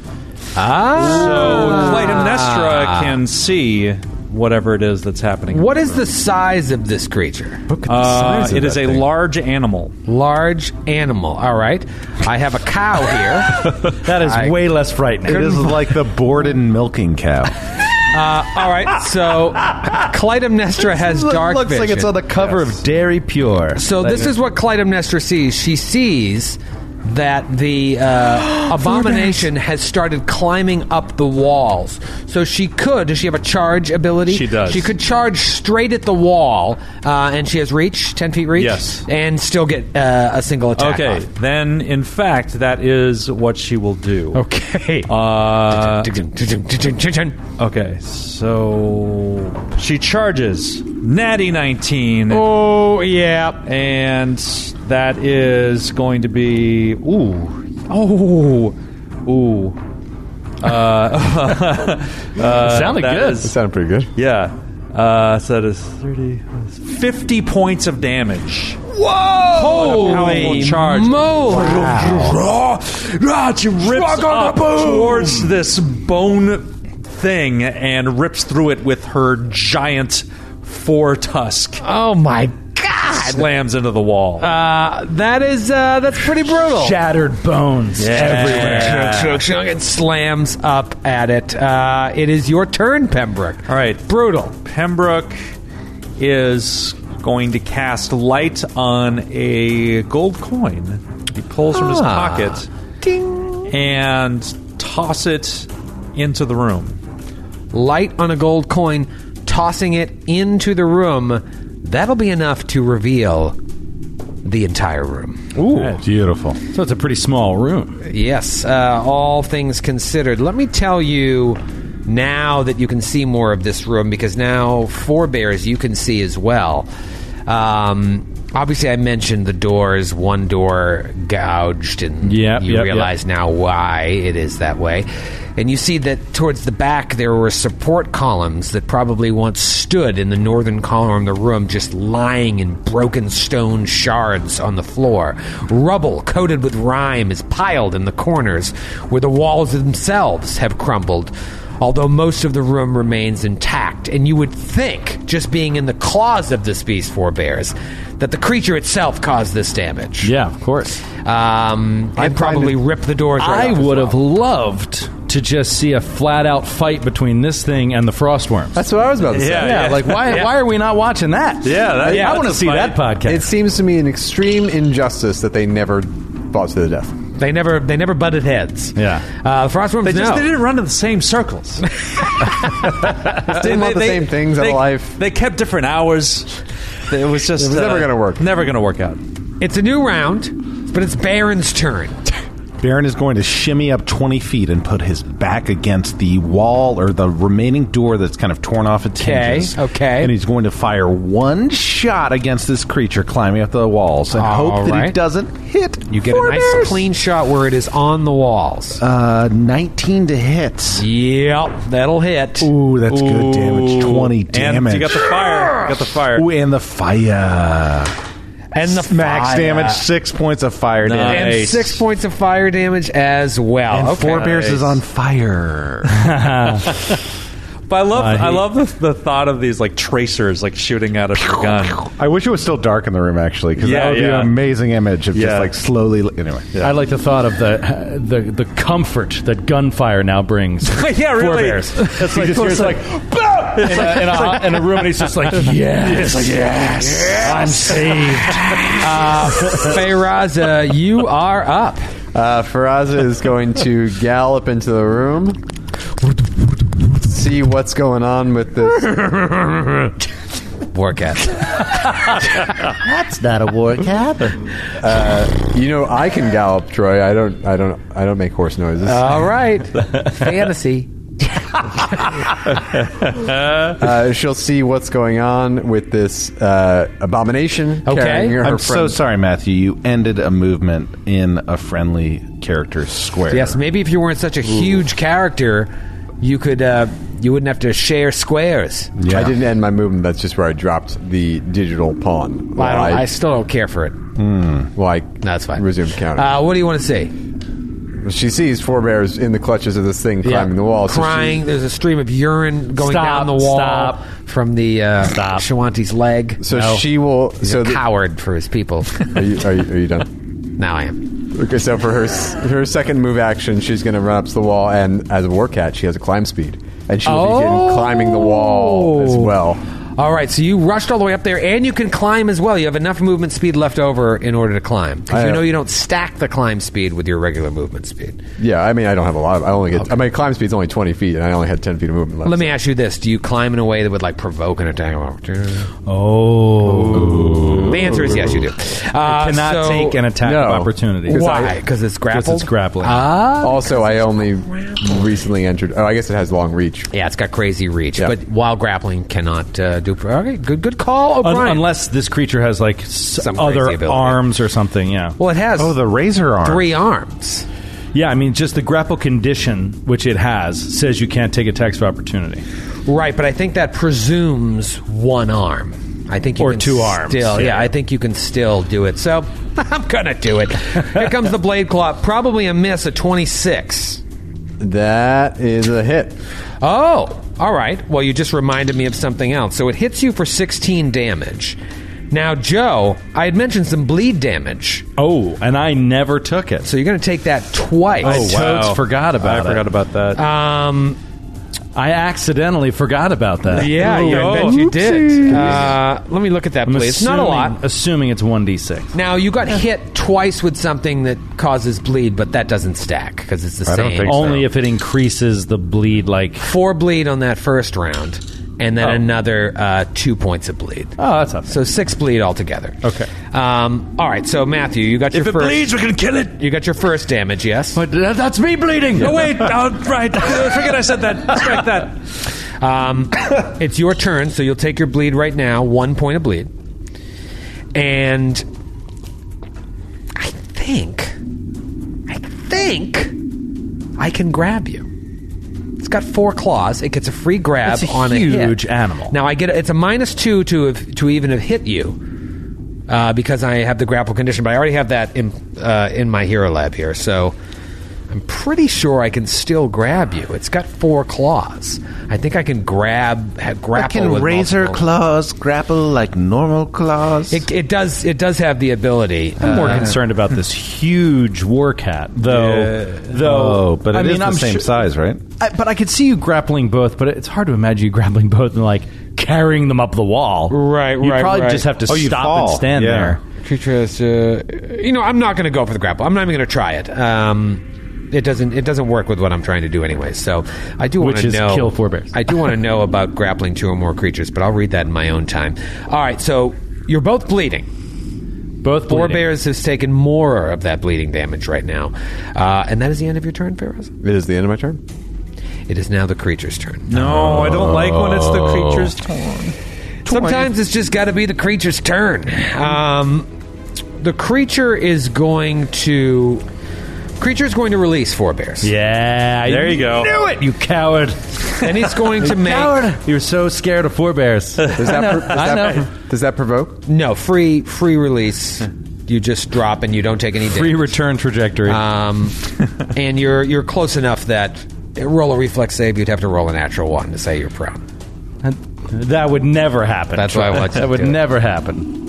[SPEAKER 7] Ah. So Clytemnestra can see whatever it is that's happening.
[SPEAKER 2] What is the size of this creature?
[SPEAKER 7] Uh, it is a large animal.
[SPEAKER 2] Large animal. All right. I have a cow here.
[SPEAKER 4] that is way less frightening.
[SPEAKER 6] it is like the Borden milking cow.
[SPEAKER 2] Uh, All right. So Clytemnestra has dark
[SPEAKER 8] looks like
[SPEAKER 2] vision.
[SPEAKER 8] it's on the cover of Dairy Pure.
[SPEAKER 2] So this is what Clytemnestra sees. She sees that the uh, abomination has started climbing up the walls. So she could. Does she have a charge ability?
[SPEAKER 7] She does.
[SPEAKER 2] She could charge straight at the wall, uh, and she has reach, ten feet reach.
[SPEAKER 7] Yes.
[SPEAKER 2] and still get uh, a single attack.
[SPEAKER 7] Okay,
[SPEAKER 2] off.
[SPEAKER 7] then in fact that is what she will do.
[SPEAKER 2] Okay.
[SPEAKER 7] Uh, okay, so she charges natty nineteen.
[SPEAKER 2] oh yeah.
[SPEAKER 7] and that is going to be ooh oh ooh uh, sounded good
[SPEAKER 3] That sounded pretty good.
[SPEAKER 7] yeah uh, so that is 30 50 points of damage
[SPEAKER 2] Whoa!
[SPEAKER 7] powerful charge.
[SPEAKER 2] Mo!
[SPEAKER 7] Raw, raw, she rips up towards this bone thing and rips through it with her giant four tusk
[SPEAKER 2] Oh my god!
[SPEAKER 7] slams into the wall
[SPEAKER 2] Uh, that is uh, that's pretty brutal.
[SPEAKER 8] shattered bones everywhere.
[SPEAKER 2] Chug, chug, and slams up at it. Uh, it is your turn, Pembroke.
[SPEAKER 7] All right.
[SPEAKER 2] Brutal.
[SPEAKER 7] Pembroke is going to cast light on a gold coin. He pulls from his
[SPEAKER 2] Ah.
[SPEAKER 7] pocket and toss it into the room.
[SPEAKER 2] Light on a gold coin, tossing it into the room. That'll be enough to reveal the entire room.
[SPEAKER 6] Ooh, beautiful.
[SPEAKER 4] So it's a pretty small room.
[SPEAKER 2] Yes, uh, all things considered. Let me tell you now that you can see more of this room because now Four Bears you can see as well. Um, obviously, I mentioned the doors, one door gouged, and
[SPEAKER 4] Yep,
[SPEAKER 2] you
[SPEAKER 4] yep,
[SPEAKER 2] realize now why it is that way. And you see that towards the back there were support columns that probably once stood in the northern column of the room, just lying in broken stone shards on the floor. Rubble coated with rime is piled in the corners, where the walls themselves have crumbled. Although most of the room remains intact, and you would think, just being in the claws of this beast forebears, that the creature itself caused this damage.
[SPEAKER 4] Yeah, of course.
[SPEAKER 2] Um, and probably rip the doors. Right
[SPEAKER 4] I
[SPEAKER 2] off as
[SPEAKER 4] would
[SPEAKER 2] well.
[SPEAKER 4] have loved to just see a flat out fight between this thing and the frostworms.
[SPEAKER 3] That's what I was about to say.
[SPEAKER 4] yeah, like why why are we not watching that?
[SPEAKER 7] Yeah, that-
[SPEAKER 4] I-
[SPEAKER 7] yeah,
[SPEAKER 4] I want to
[SPEAKER 7] that's a
[SPEAKER 4] see
[SPEAKER 7] fight.
[SPEAKER 4] that podcast.
[SPEAKER 3] It seems to me an extreme injustice that they never fought to the death.
[SPEAKER 2] They never they never butted heads.
[SPEAKER 4] Yeah.
[SPEAKER 2] Uh, Frostworms
[SPEAKER 7] They just
[SPEAKER 2] no.
[SPEAKER 7] they didn't run in the same circles.
[SPEAKER 3] Didn't want the same things out
[SPEAKER 7] they,
[SPEAKER 3] of life.
[SPEAKER 7] They kept different hours. It was just
[SPEAKER 3] It was never
[SPEAKER 7] uh,
[SPEAKER 3] gonna work.
[SPEAKER 7] Never gonna work out.
[SPEAKER 2] It's a new round, but it's Baron's turn.
[SPEAKER 6] Baron is going to shimmy up 20 feet and put his back against the wall or the remaining door that's kind of torn off its
[SPEAKER 2] Okay,
[SPEAKER 6] hinges.
[SPEAKER 2] okay.
[SPEAKER 6] And he's going to fire one shot against this creature climbing up the walls and
[SPEAKER 2] All
[SPEAKER 6] hope that
[SPEAKER 2] right.
[SPEAKER 6] it doesn't hit.
[SPEAKER 2] You get a nice clean shot where it is on the walls.
[SPEAKER 6] Uh, 19 to hit.
[SPEAKER 2] yep, that'll hit.
[SPEAKER 6] Ooh, that's good damage. 20
[SPEAKER 7] And
[SPEAKER 6] damage.
[SPEAKER 7] you got the fire. You got the fire.
[SPEAKER 6] Ooh, and the fire.
[SPEAKER 2] And the
[SPEAKER 6] Max
[SPEAKER 2] fire.
[SPEAKER 6] damage, six points of fire damage.
[SPEAKER 2] And
[SPEAKER 7] Nice.
[SPEAKER 2] six points of fire damage as well.
[SPEAKER 6] And
[SPEAKER 2] okay.
[SPEAKER 6] Four Bears is on fire.
[SPEAKER 7] But I love
[SPEAKER 4] Uh, he-
[SPEAKER 7] I love the, the thought of these like tracers like shooting out of your gun.
[SPEAKER 6] I wish it was still dark in the room, actually, because
[SPEAKER 7] Yeah,
[SPEAKER 6] that would be
[SPEAKER 7] yeah.
[SPEAKER 6] an amazing image of
[SPEAKER 7] Yeah.
[SPEAKER 6] just like slowly. Anyway,
[SPEAKER 4] I like the thought of the the the comfort that gunfire now brings.
[SPEAKER 7] yeah, really.
[SPEAKER 4] Forebears. That's like,
[SPEAKER 6] hears, like,
[SPEAKER 4] in, a, in, a, in a room, and he's just like, yes, yes, I'm saved.
[SPEAKER 2] Uh, Feyraza, you are up.
[SPEAKER 3] Uh, Faraz is going to gallop into the room, see what's going on with this.
[SPEAKER 2] Workout.
[SPEAKER 8] That's not a war cat.
[SPEAKER 3] Uh, You know, I can gallop, Troy. I don't. I don't. I don't make horse noises.
[SPEAKER 2] All right. Fantasy.
[SPEAKER 3] Uh, she'll see what's going on with this uh, abomination.
[SPEAKER 2] Okay.
[SPEAKER 3] carrying her
[SPEAKER 6] I'm
[SPEAKER 3] friend.
[SPEAKER 6] so sorry, Matthew. You ended a movement in a friendly character square.
[SPEAKER 2] Yes, maybe if you weren't such a huge character, you could uh, you wouldn't have to share squares.
[SPEAKER 6] Yeah.
[SPEAKER 3] I didn't end my movement. That's just where I dropped the digital pawn.
[SPEAKER 2] I,
[SPEAKER 3] While
[SPEAKER 2] don't, I still don't care for it.
[SPEAKER 3] while I
[SPEAKER 2] No, that's fine.
[SPEAKER 3] Resumed counting.
[SPEAKER 2] Uh, what do you want to see?
[SPEAKER 3] she sees four bears in the clutches of this thing climbing the wall. so she-
[SPEAKER 2] Crying. There's a stream of urine going
[SPEAKER 4] Stop,
[SPEAKER 2] down the wall
[SPEAKER 4] stop.
[SPEAKER 2] from the uh, Shawanti's leg.
[SPEAKER 3] So she will.
[SPEAKER 2] so
[SPEAKER 3] So the-
[SPEAKER 2] coward for his people.
[SPEAKER 3] Are you, are you, are you done?
[SPEAKER 2] now I am.
[SPEAKER 3] Okay, so for her s- her second move action, she's going to run up to the wall, and as a war cat, she has a climb speed, and she will begin climbing the wall as
[SPEAKER 2] Oh.
[SPEAKER 3] well.
[SPEAKER 2] All right, so you rushed all the way up there, and you can climb as well. You have enough movement speed left over in order to climb. Because
[SPEAKER 3] I-
[SPEAKER 2] you know you don't stack the climb speed with your regular movement speed.
[SPEAKER 3] Yeah, I mean, I don't have a lot. Of, I only get. I mean, climb speed's only twenty feet, and I only had ten feet of movement left.
[SPEAKER 2] Let me ask you this: Do you climb in a way that would like provoke an attack? of opportunity?
[SPEAKER 4] Oh,
[SPEAKER 2] The answer is yes, you do. Uh,
[SPEAKER 4] cannot
[SPEAKER 2] so-
[SPEAKER 4] take an attack
[SPEAKER 3] No.
[SPEAKER 4] of opportunity.
[SPEAKER 2] Why? Because it's grappled.
[SPEAKER 4] Because it's grappling.
[SPEAKER 2] Ah,
[SPEAKER 3] Also, I only recently entered. Oh, I guess it has long reach.
[SPEAKER 2] yeah, it's got crazy reach,
[SPEAKER 3] Yeah.
[SPEAKER 2] but while grappling, cannot uh, do. Okay, good, good call,
[SPEAKER 4] Un-
[SPEAKER 2] O'Brien.
[SPEAKER 4] unless this creature has like s-
[SPEAKER 2] Some crazy
[SPEAKER 4] other
[SPEAKER 2] ability.
[SPEAKER 4] arms or something, yeah.
[SPEAKER 2] well, it has
[SPEAKER 6] Oh, the razor arm.
[SPEAKER 2] three arms.
[SPEAKER 4] Yeah, I mean, just the grapple condition which it has says you can't take attacks of opportunity.
[SPEAKER 2] Right, but I think that presumes one arm. I think you
[SPEAKER 4] Or
[SPEAKER 2] can
[SPEAKER 4] two arms,
[SPEAKER 2] Still, yeah.
[SPEAKER 4] yeah.
[SPEAKER 2] I think you can still do it. So I'm gonna do it. Here comes the blade claw. Probably a miss at 26.
[SPEAKER 3] That is a hit.
[SPEAKER 2] Oh, all right. Well, you just reminded me of something else. So it hits you for 16 damage. Now, Joe, I had mentioned some bleed damage,
[SPEAKER 4] Oh, and I never took it. Oh,
[SPEAKER 2] so you're going to take that twice.
[SPEAKER 4] I totes forgot about
[SPEAKER 7] I
[SPEAKER 4] it.
[SPEAKER 7] forgot about that.
[SPEAKER 2] Um,
[SPEAKER 4] I accidentally forgot about that.
[SPEAKER 2] yeah,
[SPEAKER 7] Ooh.
[SPEAKER 2] yeah, I bet you did. Uh, let me look at that,
[SPEAKER 4] I'm
[SPEAKER 2] please. Not a
[SPEAKER 4] assuming-
[SPEAKER 2] lot.
[SPEAKER 4] Assuming it's 1d6.
[SPEAKER 2] Now you got hit twice with something that causes bleed, but that doesn't stack because it's the
[SPEAKER 6] I
[SPEAKER 2] same.
[SPEAKER 6] don't think so.
[SPEAKER 4] Only if it increases the bleed, like.
[SPEAKER 2] Four bleed on that first round, and then another uh, two points of bleed.
[SPEAKER 4] Oh, that's up.
[SPEAKER 2] So six bleed altogether.
[SPEAKER 4] Okay.
[SPEAKER 2] Um, all right. So Matthew, you got your
[SPEAKER 7] If it
[SPEAKER 2] first.
[SPEAKER 7] bleeds, we can kill it.
[SPEAKER 2] You got your first damage. Yes.
[SPEAKER 4] But that- that's me bleeding.
[SPEAKER 7] Oh wait, oh, right. I forget I said that. Strike that.
[SPEAKER 2] Um, it's your turn, so you'll take your bleed right now. One point of bleed, and I think, I think, I can grab you. It's got four claws. It gets a free grab
[SPEAKER 4] It's a
[SPEAKER 2] on a
[SPEAKER 4] huge
[SPEAKER 2] hit.
[SPEAKER 4] animal.
[SPEAKER 2] Now I get it's a minus two to have, to even have hit you uh, because I have the grapple condition, but I already have that in uh, in my hero lab here, so I'm pretty sure I can still grab you. It's got four claws. I think I can grab ha, grapple.
[SPEAKER 8] I can
[SPEAKER 2] with
[SPEAKER 8] razor
[SPEAKER 2] multiple-
[SPEAKER 8] claws grapple like normal claws.
[SPEAKER 2] It, it does. It does have the ability.
[SPEAKER 4] I'm more
[SPEAKER 2] uh,
[SPEAKER 4] concerned about this huge war cat,
[SPEAKER 2] Oh,
[SPEAKER 4] though. Though,
[SPEAKER 6] Oh, but it is
[SPEAKER 4] I mean,
[SPEAKER 6] the
[SPEAKER 4] I'm
[SPEAKER 6] same
[SPEAKER 4] sure-
[SPEAKER 6] size, right?
[SPEAKER 4] I, but I could see you grappling both, but it's hard to imagine you grappling both and like carrying them up the wall.
[SPEAKER 2] Right,
[SPEAKER 4] You
[SPEAKER 2] right,
[SPEAKER 4] probably
[SPEAKER 2] right.
[SPEAKER 4] just have to
[SPEAKER 6] Oh, you
[SPEAKER 4] stop
[SPEAKER 6] fall.
[SPEAKER 4] and stand
[SPEAKER 6] Yeah.
[SPEAKER 4] there.
[SPEAKER 2] creature has to- you know, I'm not going to go for the grapple. I'm not even going to try it. Um, it doesn't. It doesn't work with what I'm trying to do anyway. So I do want
[SPEAKER 4] Which
[SPEAKER 2] to
[SPEAKER 4] is
[SPEAKER 2] know.
[SPEAKER 4] kill four bears.
[SPEAKER 2] I do want to know about grappling two or more creatures, but I'll read that in my own time. All right. So you're both bleeding.
[SPEAKER 4] Both
[SPEAKER 2] Four
[SPEAKER 4] bleeding.
[SPEAKER 2] bears has taken more of that bleeding damage right now, uh, and that is the end of your turn, Pharaohs.
[SPEAKER 3] It is the end of my turn.
[SPEAKER 2] It is now the creature's turn.
[SPEAKER 7] No, I don't like when it's the
[SPEAKER 3] Oh.
[SPEAKER 7] creature's turn.
[SPEAKER 2] Sometimes it's just got to be the creature's turn. Um, the creature is going to creature is going to release four bears,
[SPEAKER 4] Yeah,
[SPEAKER 7] There you go.
[SPEAKER 4] Knew it, you coward.
[SPEAKER 2] and he's going to make
[SPEAKER 4] You're so scared of four bears.
[SPEAKER 3] Does that, pro- does,
[SPEAKER 4] I
[SPEAKER 3] that,
[SPEAKER 4] know.
[SPEAKER 3] does that provoke?
[SPEAKER 2] no free free release. You just drop and you don't take any
[SPEAKER 4] Free
[SPEAKER 2] damage.
[SPEAKER 4] return trajectory.
[SPEAKER 2] Um, and you're you're close enough that roll a reflex save. You'd have to roll a natural one to say you're prone.
[SPEAKER 4] that would never happen.
[SPEAKER 2] That's why I want you to
[SPEAKER 4] That would
[SPEAKER 2] do it.
[SPEAKER 4] never happen.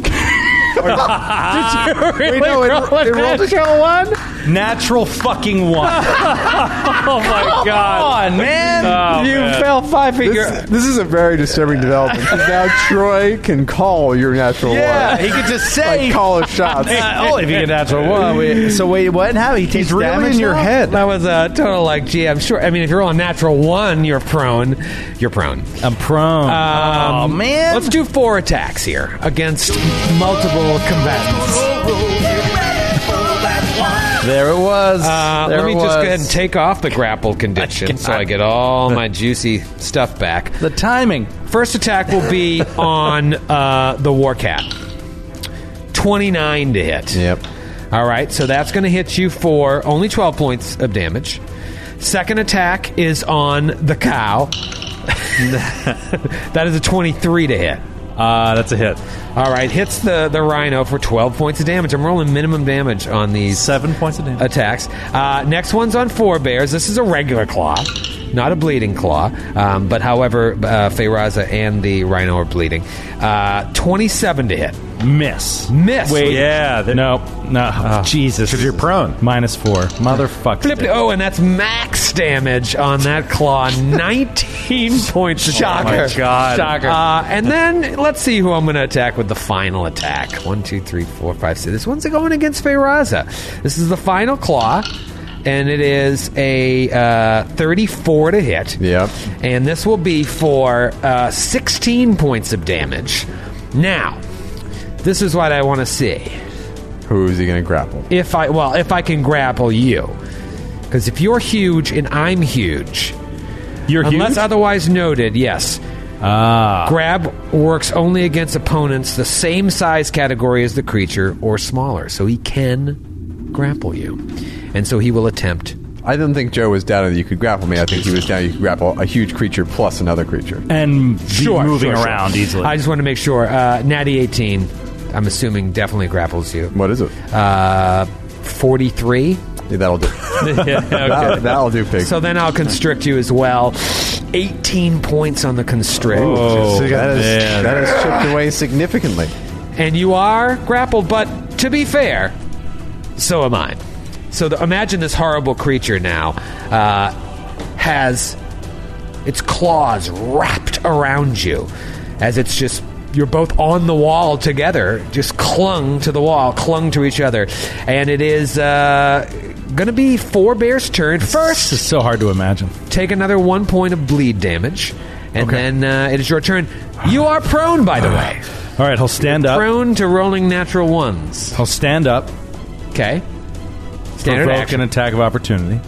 [SPEAKER 3] Wait, no, it, it rolled a show one?
[SPEAKER 4] Natural fucking one. oh my god.
[SPEAKER 2] on, man!
[SPEAKER 4] Oh,
[SPEAKER 2] you fell five feet.
[SPEAKER 3] This, this is a very disturbing development. 'cause Now Troy can call your natural
[SPEAKER 4] Yeah,
[SPEAKER 3] one.
[SPEAKER 4] he could just say.
[SPEAKER 3] Like, call a shot.
[SPEAKER 4] Uh, oh, if you get a natural one, we, so wait, what? How he takes
[SPEAKER 3] really in your head.
[SPEAKER 2] That was a total like, gee, I'm sure. I mean, if you're on natural one, you're prone. You're prone. Um,
[SPEAKER 4] I'm prone. oh man,
[SPEAKER 2] Let's do four attacks here against multiple combatants.
[SPEAKER 4] there it was.
[SPEAKER 2] Uh,
[SPEAKER 4] There
[SPEAKER 2] let me
[SPEAKER 4] it
[SPEAKER 2] just go
[SPEAKER 4] was.
[SPEAKER 2] ahead and take off the grapple condition so I get all my juicy stuff back.
[SPEAKER 4] the timing.
[SPEAKER 2] First attack will be on uh, the Warcat. 29 to hit.
[SPEAKER 3] Yep.
[SPEAKER 2] All right, so that's going to hit you for only 12 points of damage. Second attack is on the cow. that is a 23 to hit.
[SPEAKER 4] Uh, that's a hit.
[SPEAKER 2] All right, hits the, the rhino for 12 points of damage. I'm rolling minimum damage on these
[SPEAKER 7] Seven points of damage.
[SPEAKER 2] attacks. Uh, next one's on four bears. This is a regular claw, not a bleeding claw. Um, but however, uh, Feyraza and the rhino are bleeding. Uh, 27 to hit.
[SPEAKER 4] Miss.
[SPEAKER 2] Miss.
[SPEAKER 4] Wait.
[SPEAKER 7] Yeah, there-
[SPEAKER 4] No. No.
[SPEAKER 2] Ah,
[SPEAKER 4] Oh, Jesus. Because you're prone. Minus four. Motherfucker.
[SPEAKER 2] Flip- Oh, and that's max damage on that claw. 19 points. Shocker.
[SPEAKER 7] God.
[SPEAKER 2] Shocker. Oh Uh, and then let's see who I'm going to attack with the final attack. One, two, three, four, five, six. This one's going against Feyraza. This is the final claw. And it is a uh, 34 to hit.
[SPEAKER 3] Yep.
[SPEAKER 2] And this will be for uh, 16 points of damage. Now, this is what I want to see
[SPEAKER 3] Who is he going to grapple?
[SPEAKER 2] if I well, if I can grapple you. Because if you're huge and I'm huge,
[SPEAKER 4] You're
[SPEAKER 2] unless
[SPEAKER 4] huge.
[SPEAKER 2] otherwise noted, yes. Ah. Grab works only against opponents the same size category as the creature or smaller, so he can grapple you. And so he will attempt.
[SPEAKER 3] I didn't think Joe was down that you could grapple me. I think he was down you could grapple a huge creature plus another creature.
[SPEAKER 4] and be
[SPEAKER 2] Sure,
[SPEAKER 4] moving
[SPEAKER 2] sure, sure.
[SPEAKER 4] around easily.
[SPEAKER 2] I just want to make sure. Uh, Natty 18, I'm assuming, definitely grapples you.
[SPEAKER 3] What is it?
[SPEAKER 2] Uh, 43.
[SPEAKER 3] Yeah, that'll do. that'll, that'll do, pig.
[SPEAKER 2] So then I'll constrict you as well. 18 points on the constrict.
[SPEAKER 4] Oh,
[SPEAKER 3] that, is, that is chipped away significantly.
[SPEAKER 2] and you are grappled. But to be fair, so am I. So the, imagine this horrible creature now uh, has its claws wrapped around you as it's just you're both on the wall together, just clung to the wall, clung to each other, and it is uh, going to be four bears' turn first
[SPEAKER 4] This is so hard to imagine.
[SPEAKER 2] take another one point of bleed damage. and then uh, it is your turn. You are prone, by the way.
[SPEAKER 4] All right, I'll stand up.
[SPEAKER 2] Prone to rolling natural ones.
[SPEAKER 4] I'll stand up.
[SPEAKER 2] Okay. Standard
[SPEAKER 4] provoke
[SPEAKER 2] action.
[SPEAKER 4] an attack of opportunity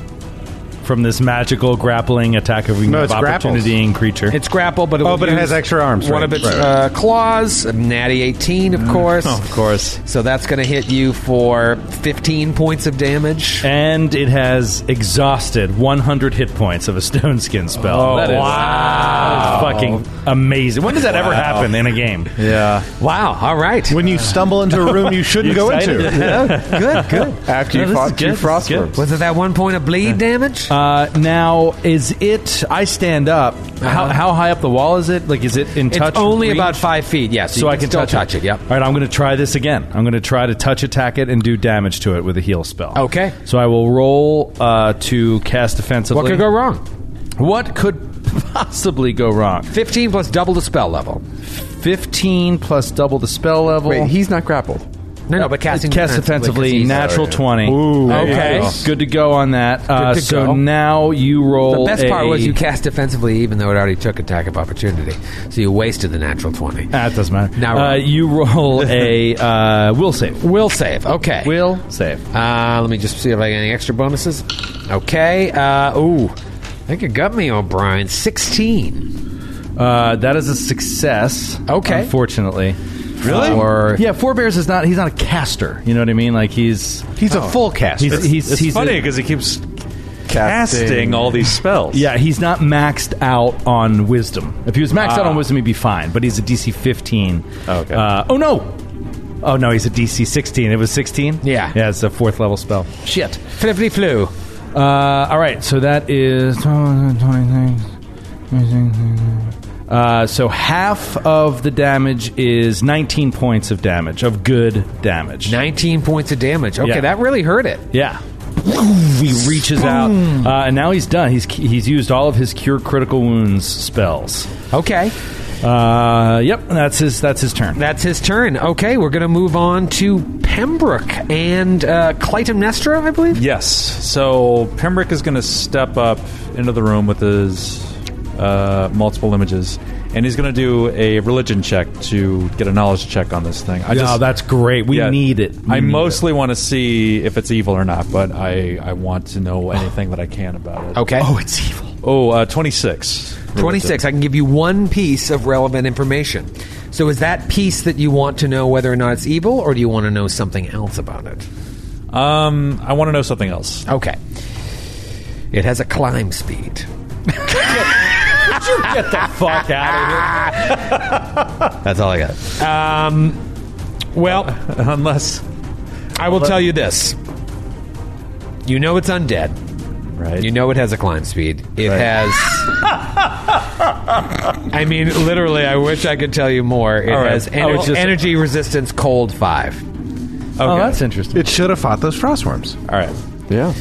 [SPEAKER 4] from this magical grappling attack of,
[SPEAKER 6] No,
[SPEAKER 4] of
[SPEAKER 6] it's grapples.
[SPEAKER 4] opportunity and creature.
[SPEAKER 2] It's grapple, but it
[SPEAKER 6] Oh,
[SPEAKER 2] will
[SPEAKER 6] but it
[SPEAKER 2] use
[SPEAKER 6] has extra arms,
[SPEAKER 2] One
[SPEAKER 6] right,
[SPEAKER 2] of its
[SPEAKER 6] right.
[SPEAKER 2] uh, claws, a natty eighteen, of course.
[SPEAKER 4] of course.
[SPEAKER 2] So that's going to hit you for fifteen points of damage.
[SPEAKER 4] and it has exhausted 100 hit points of a stone skin spell. Oh, wow. fucking amazing. When does that ever happen in a game?
[SPEAKER 9] Yeah.
[SPEAKER 2] Wow! All right.
[SPEAKER 9] When you stumble into a room you shouldn't go
[SPEAKER 4] excited?
[SPEAKER 9] into.
[SPEAKER 2] good, good.
[SPEAKER 3] After
[SPEAKER 4] No,
[SPEAKER 3] you
[SPEAKER 4] this is
[SPEAKER 3] fought
[SPEAKER 4] good,
[SPEAKER 3] two
[SPEAKER 4] this is
[SPEAKER 3] frost
[SPEAKER 4] good.
[SPEAKER 3] worms.
[SPEAKER 2] Was it that one point of bleed damage?
[SPEAKER 4] Uh, now, is it. I stand up. How, how high up the wall is it? Like, is it
[SPEAKER 2] Uh-huh.
[SPEAKER 4] in
[SPEAKER 2] it's
[SPEAKER 4] touch?
[SPEAKER 2] only
[SPEAKER 4] reach?
[SPEAKER 2] about five feet. Yes,
[SPEAKER 4] so I can
[SPEAKER 2] still
[SPEAKER 4] touch,
[SPEAKER 2] it. Yep.
[SPEAKER 4] All right, I'm going to try this again. I'm going to try to touch attack it and do damage to it with a heal spell.
[SPEAKER 2] Okay.
[SPEAKER 4] So I will roll uh, to cast defensively.
[SPEAKER 2] What could go wrong?
[SPEAKER 4] What could possibly go wrong?
[SPEAKER 2] Fifteen plus double the spell level.
[SPEAKER 4] 15 plus double the spell level.
[SPEAKER 3] Wait, he's not grappled.
[SPEAKER 2] No, no, but casting
[SPEAKER 4] Cast
[SPEAKER 2] defensively,
[SPEAKER 4] defensively,
[SPEAKER 2] 'cause he's-
[SPEAKER 4] natural 20.
[SPEAKER 2] Ooh,
[SPEAKER 4] okay.
[SPEAKER 2] okay.
[SPEAKER 4] Good to go on that. Uh,
[SPEAKER 2] to
[SPEAKER 4] so
[SPEAKER 2] go.
[SPEAKER 4] now you roll.
[SPEAKER 2] The best part
[SPEAKER 4] a-
[SPEAKER 2] was you cast defensively, even though it already took attack of opportunity, so you wasted the natural twenty.
[SPEAKER 4] Ah, it doesn't matter.
[SPEAKER 2] Now
[SPEAKER 4] uh,
[SPEAKER 2] roll.
[SPEAKER 4] you roll a uh, will save.
[SPEAKER 2] Will save. Okay.
[SPEAKER 4] Will save.
[SPEAKER 2] Uh, let me just see if I get any extra bonuses. Okay. Uh, ooh, I think you got me, O'Brien. Sixteen.
[SPEAKER 4] Uh, that is a success.
[SPEAKER 2] Okay.
[SPEAKER 4] Unfortunately.
[SPEAKER 2] Really?
[SPEAKER 4] Or yeah, Four Bears is not. He's not a caster. You know what I mean? Like he's
[SPEAKER 9] He's a full cast.
[SPEAKER 4] Oh. he's he's,
[SPEAKER 7] It's
[SPEAKER 4] he's a-
[SPEAKER 7] funny because he keeps casting all these spells.
[SPEAKER 4] yeah, he's not maxed out on wisdom. If he was maxed out
[SPEAKER 2] Ah.
[SPEAKER 4] on wisdom, he'd be fine. But he's a DC fifteen.
[SPEAKER 7] Okay.
[SPEAKER 4] Uh, oh no. Oh no, he's a DC sixteen. It was sixteen.
[SPEAKER 2] Yeah.
[SPEAKER 4] Yeah, it's a fourth level spell.
[SPEAKER 2] Shit. Flippity flu.
[SPEAKER 4] Uh, all right, so that is uh, so half of the damage is 19 points of damage of good damage.
[SPEAKER 2] Nineteen points of damage. Okay,
[SPEAKER 4] Yeah.
[SPEAKER 2] that really hurt it.
[SPEAKER 4] Yeah. He reaches out, uh, and now he's done. He's he's used all of his cure critical wounds spells.
[SPEAKER 2] Okay.
[SPEAKER 4] Uh, yep, that's his that's his turn.
[SPEAKER 2] That's his turn. Okay, we're going to move on to Pembroke and uh, Clytemnestra, I believe.
[SPEAKER 7] Yes. So Pembroke is going to step up into the room with his uh, multiple images, and he's going to do a religion check to get a knowledge check on this thing. I
[SPEAKER 4] Yeah,
[SPEAKER 7] just-
[SPEAKER 4] oh, that's great. We
[SPEAKER 7] yeah,
[SPEAKER 4] need it. We
[SPEAKER 7] I
[SPEAKER 2] Mm.
[SPEAKER 4] need
[SPEAKER 7] mostly want to see if it's evil or not, but I, I want to know anything that I can about it.
[SPEAKER 2] Okay.
[SPEAKER 4] Oh, it's evil.
[SPEAKER 7] Oh, uh, 26.
[SPEAKER 2] 26. I can give you one piece of relevant information. So is that piece that you want to know whether or not it's evil, or do you want to know something else about it?
[SPEAKER 7] Um, I want to know something else.
[SPEAKER 2] Okay. It has a climb speed.
[SPEAKER 4] Fuck out
[SPEAKER 2] That's all I got. Um, well,
[SPEAKER 7] Unless.
[SPEAKER 2] I will tell you this. You know it's undead.
[SPEAKER 7] Right.
[SPEAKER 2] You know it has a climb speed. It has. I mean, literally, I wish I could tell you more. It
[SPEAKER 7] All right.
[SPEAKER 2] has
[SPEAKER 7] I
[SPEAKER 2] ener-
[SPEAKER 7] was just-
[SPEAKER 2] energy resistance, cold five.
[SPEAKER 4] Oh, that's interesting.
[SPEAKER 6] It should have fought those frostworms.
[SPEAKER 7] All right.
[SPEAKER 3] Yeah.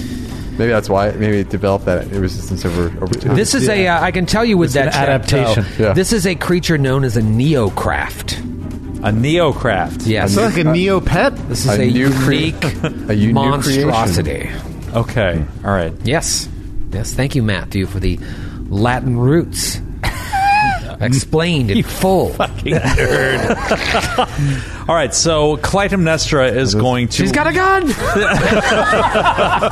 [SPEAKER 3] Maybe that's why. Maybe it developed that resistance over, over time.
[SPEAKER 2] This is a. Uh, I can tell you with that
[SPEAKER 4] an
[SPEAKER 2] chapter,
[SPEAKER 4] adaptation.
[SPEAKER 3] Yeah.
[SPEAKER 2] This is a creature known as a neocraft.
[SPEAKER 7] A neocraft.
[SPEAKER 2] Yes,
[SPEAKER 9] It's not like a
[SPEAKER 2] Oh,
[SPEAKER 9] neo pet.
[SPEAKER 2] this is
[SPEAKER 3] a
[SPEAKER 2] a,
[SPEAKER 3] new crea-
[SPEAKER 2] unique
[SPEAKER 3] a u- new
[SPEAKER 2] monstrosity.
[SPEAKER 7] Okay. All right.
[SPEAKER 2] Yes, yes. Thank you, Matthew, for the Latin roots explained in full.
[SPEAKER 7] All right. So Clytemnestra is going to.
[SPEAKER 2] She's got a gun.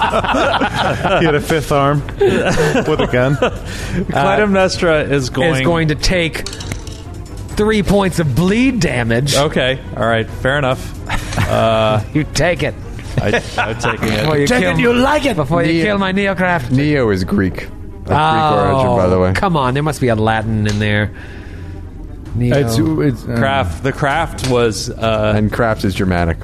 [SPEAKER 9] He had a fifth arm with a gun.
[SPEAKER 7] Clytemnestra is going.
[SPEAKER 2] is going to take three points of bleed damage.
[SPEAKER 7] Okay. All right. Fair enough. Uh,
[SPEAKER 2] You take it.
[SPEAKER 7] I, I'm taking it.
[SPEAKER 2] you
[SPEAKER 8] Take it, you like it.
[SPEAKER 2] Before you
[SPEAKER 3] Neo.
[SPEAKER 2] kill my neocraft.
[SPEAKER 3] Neo is Greek. Of
[SPEAKER 2] Oh,
[SPEAKER 3] Greek origin, by the way.
[SPEAKER 2] Come on, there must be a Latin in there. Neo.
[SPEAKER 4] It's, it's, uh,
[SPEAKER 7] Craft. The craft was uh,
[SPEAKER 3] And craft is Germanic.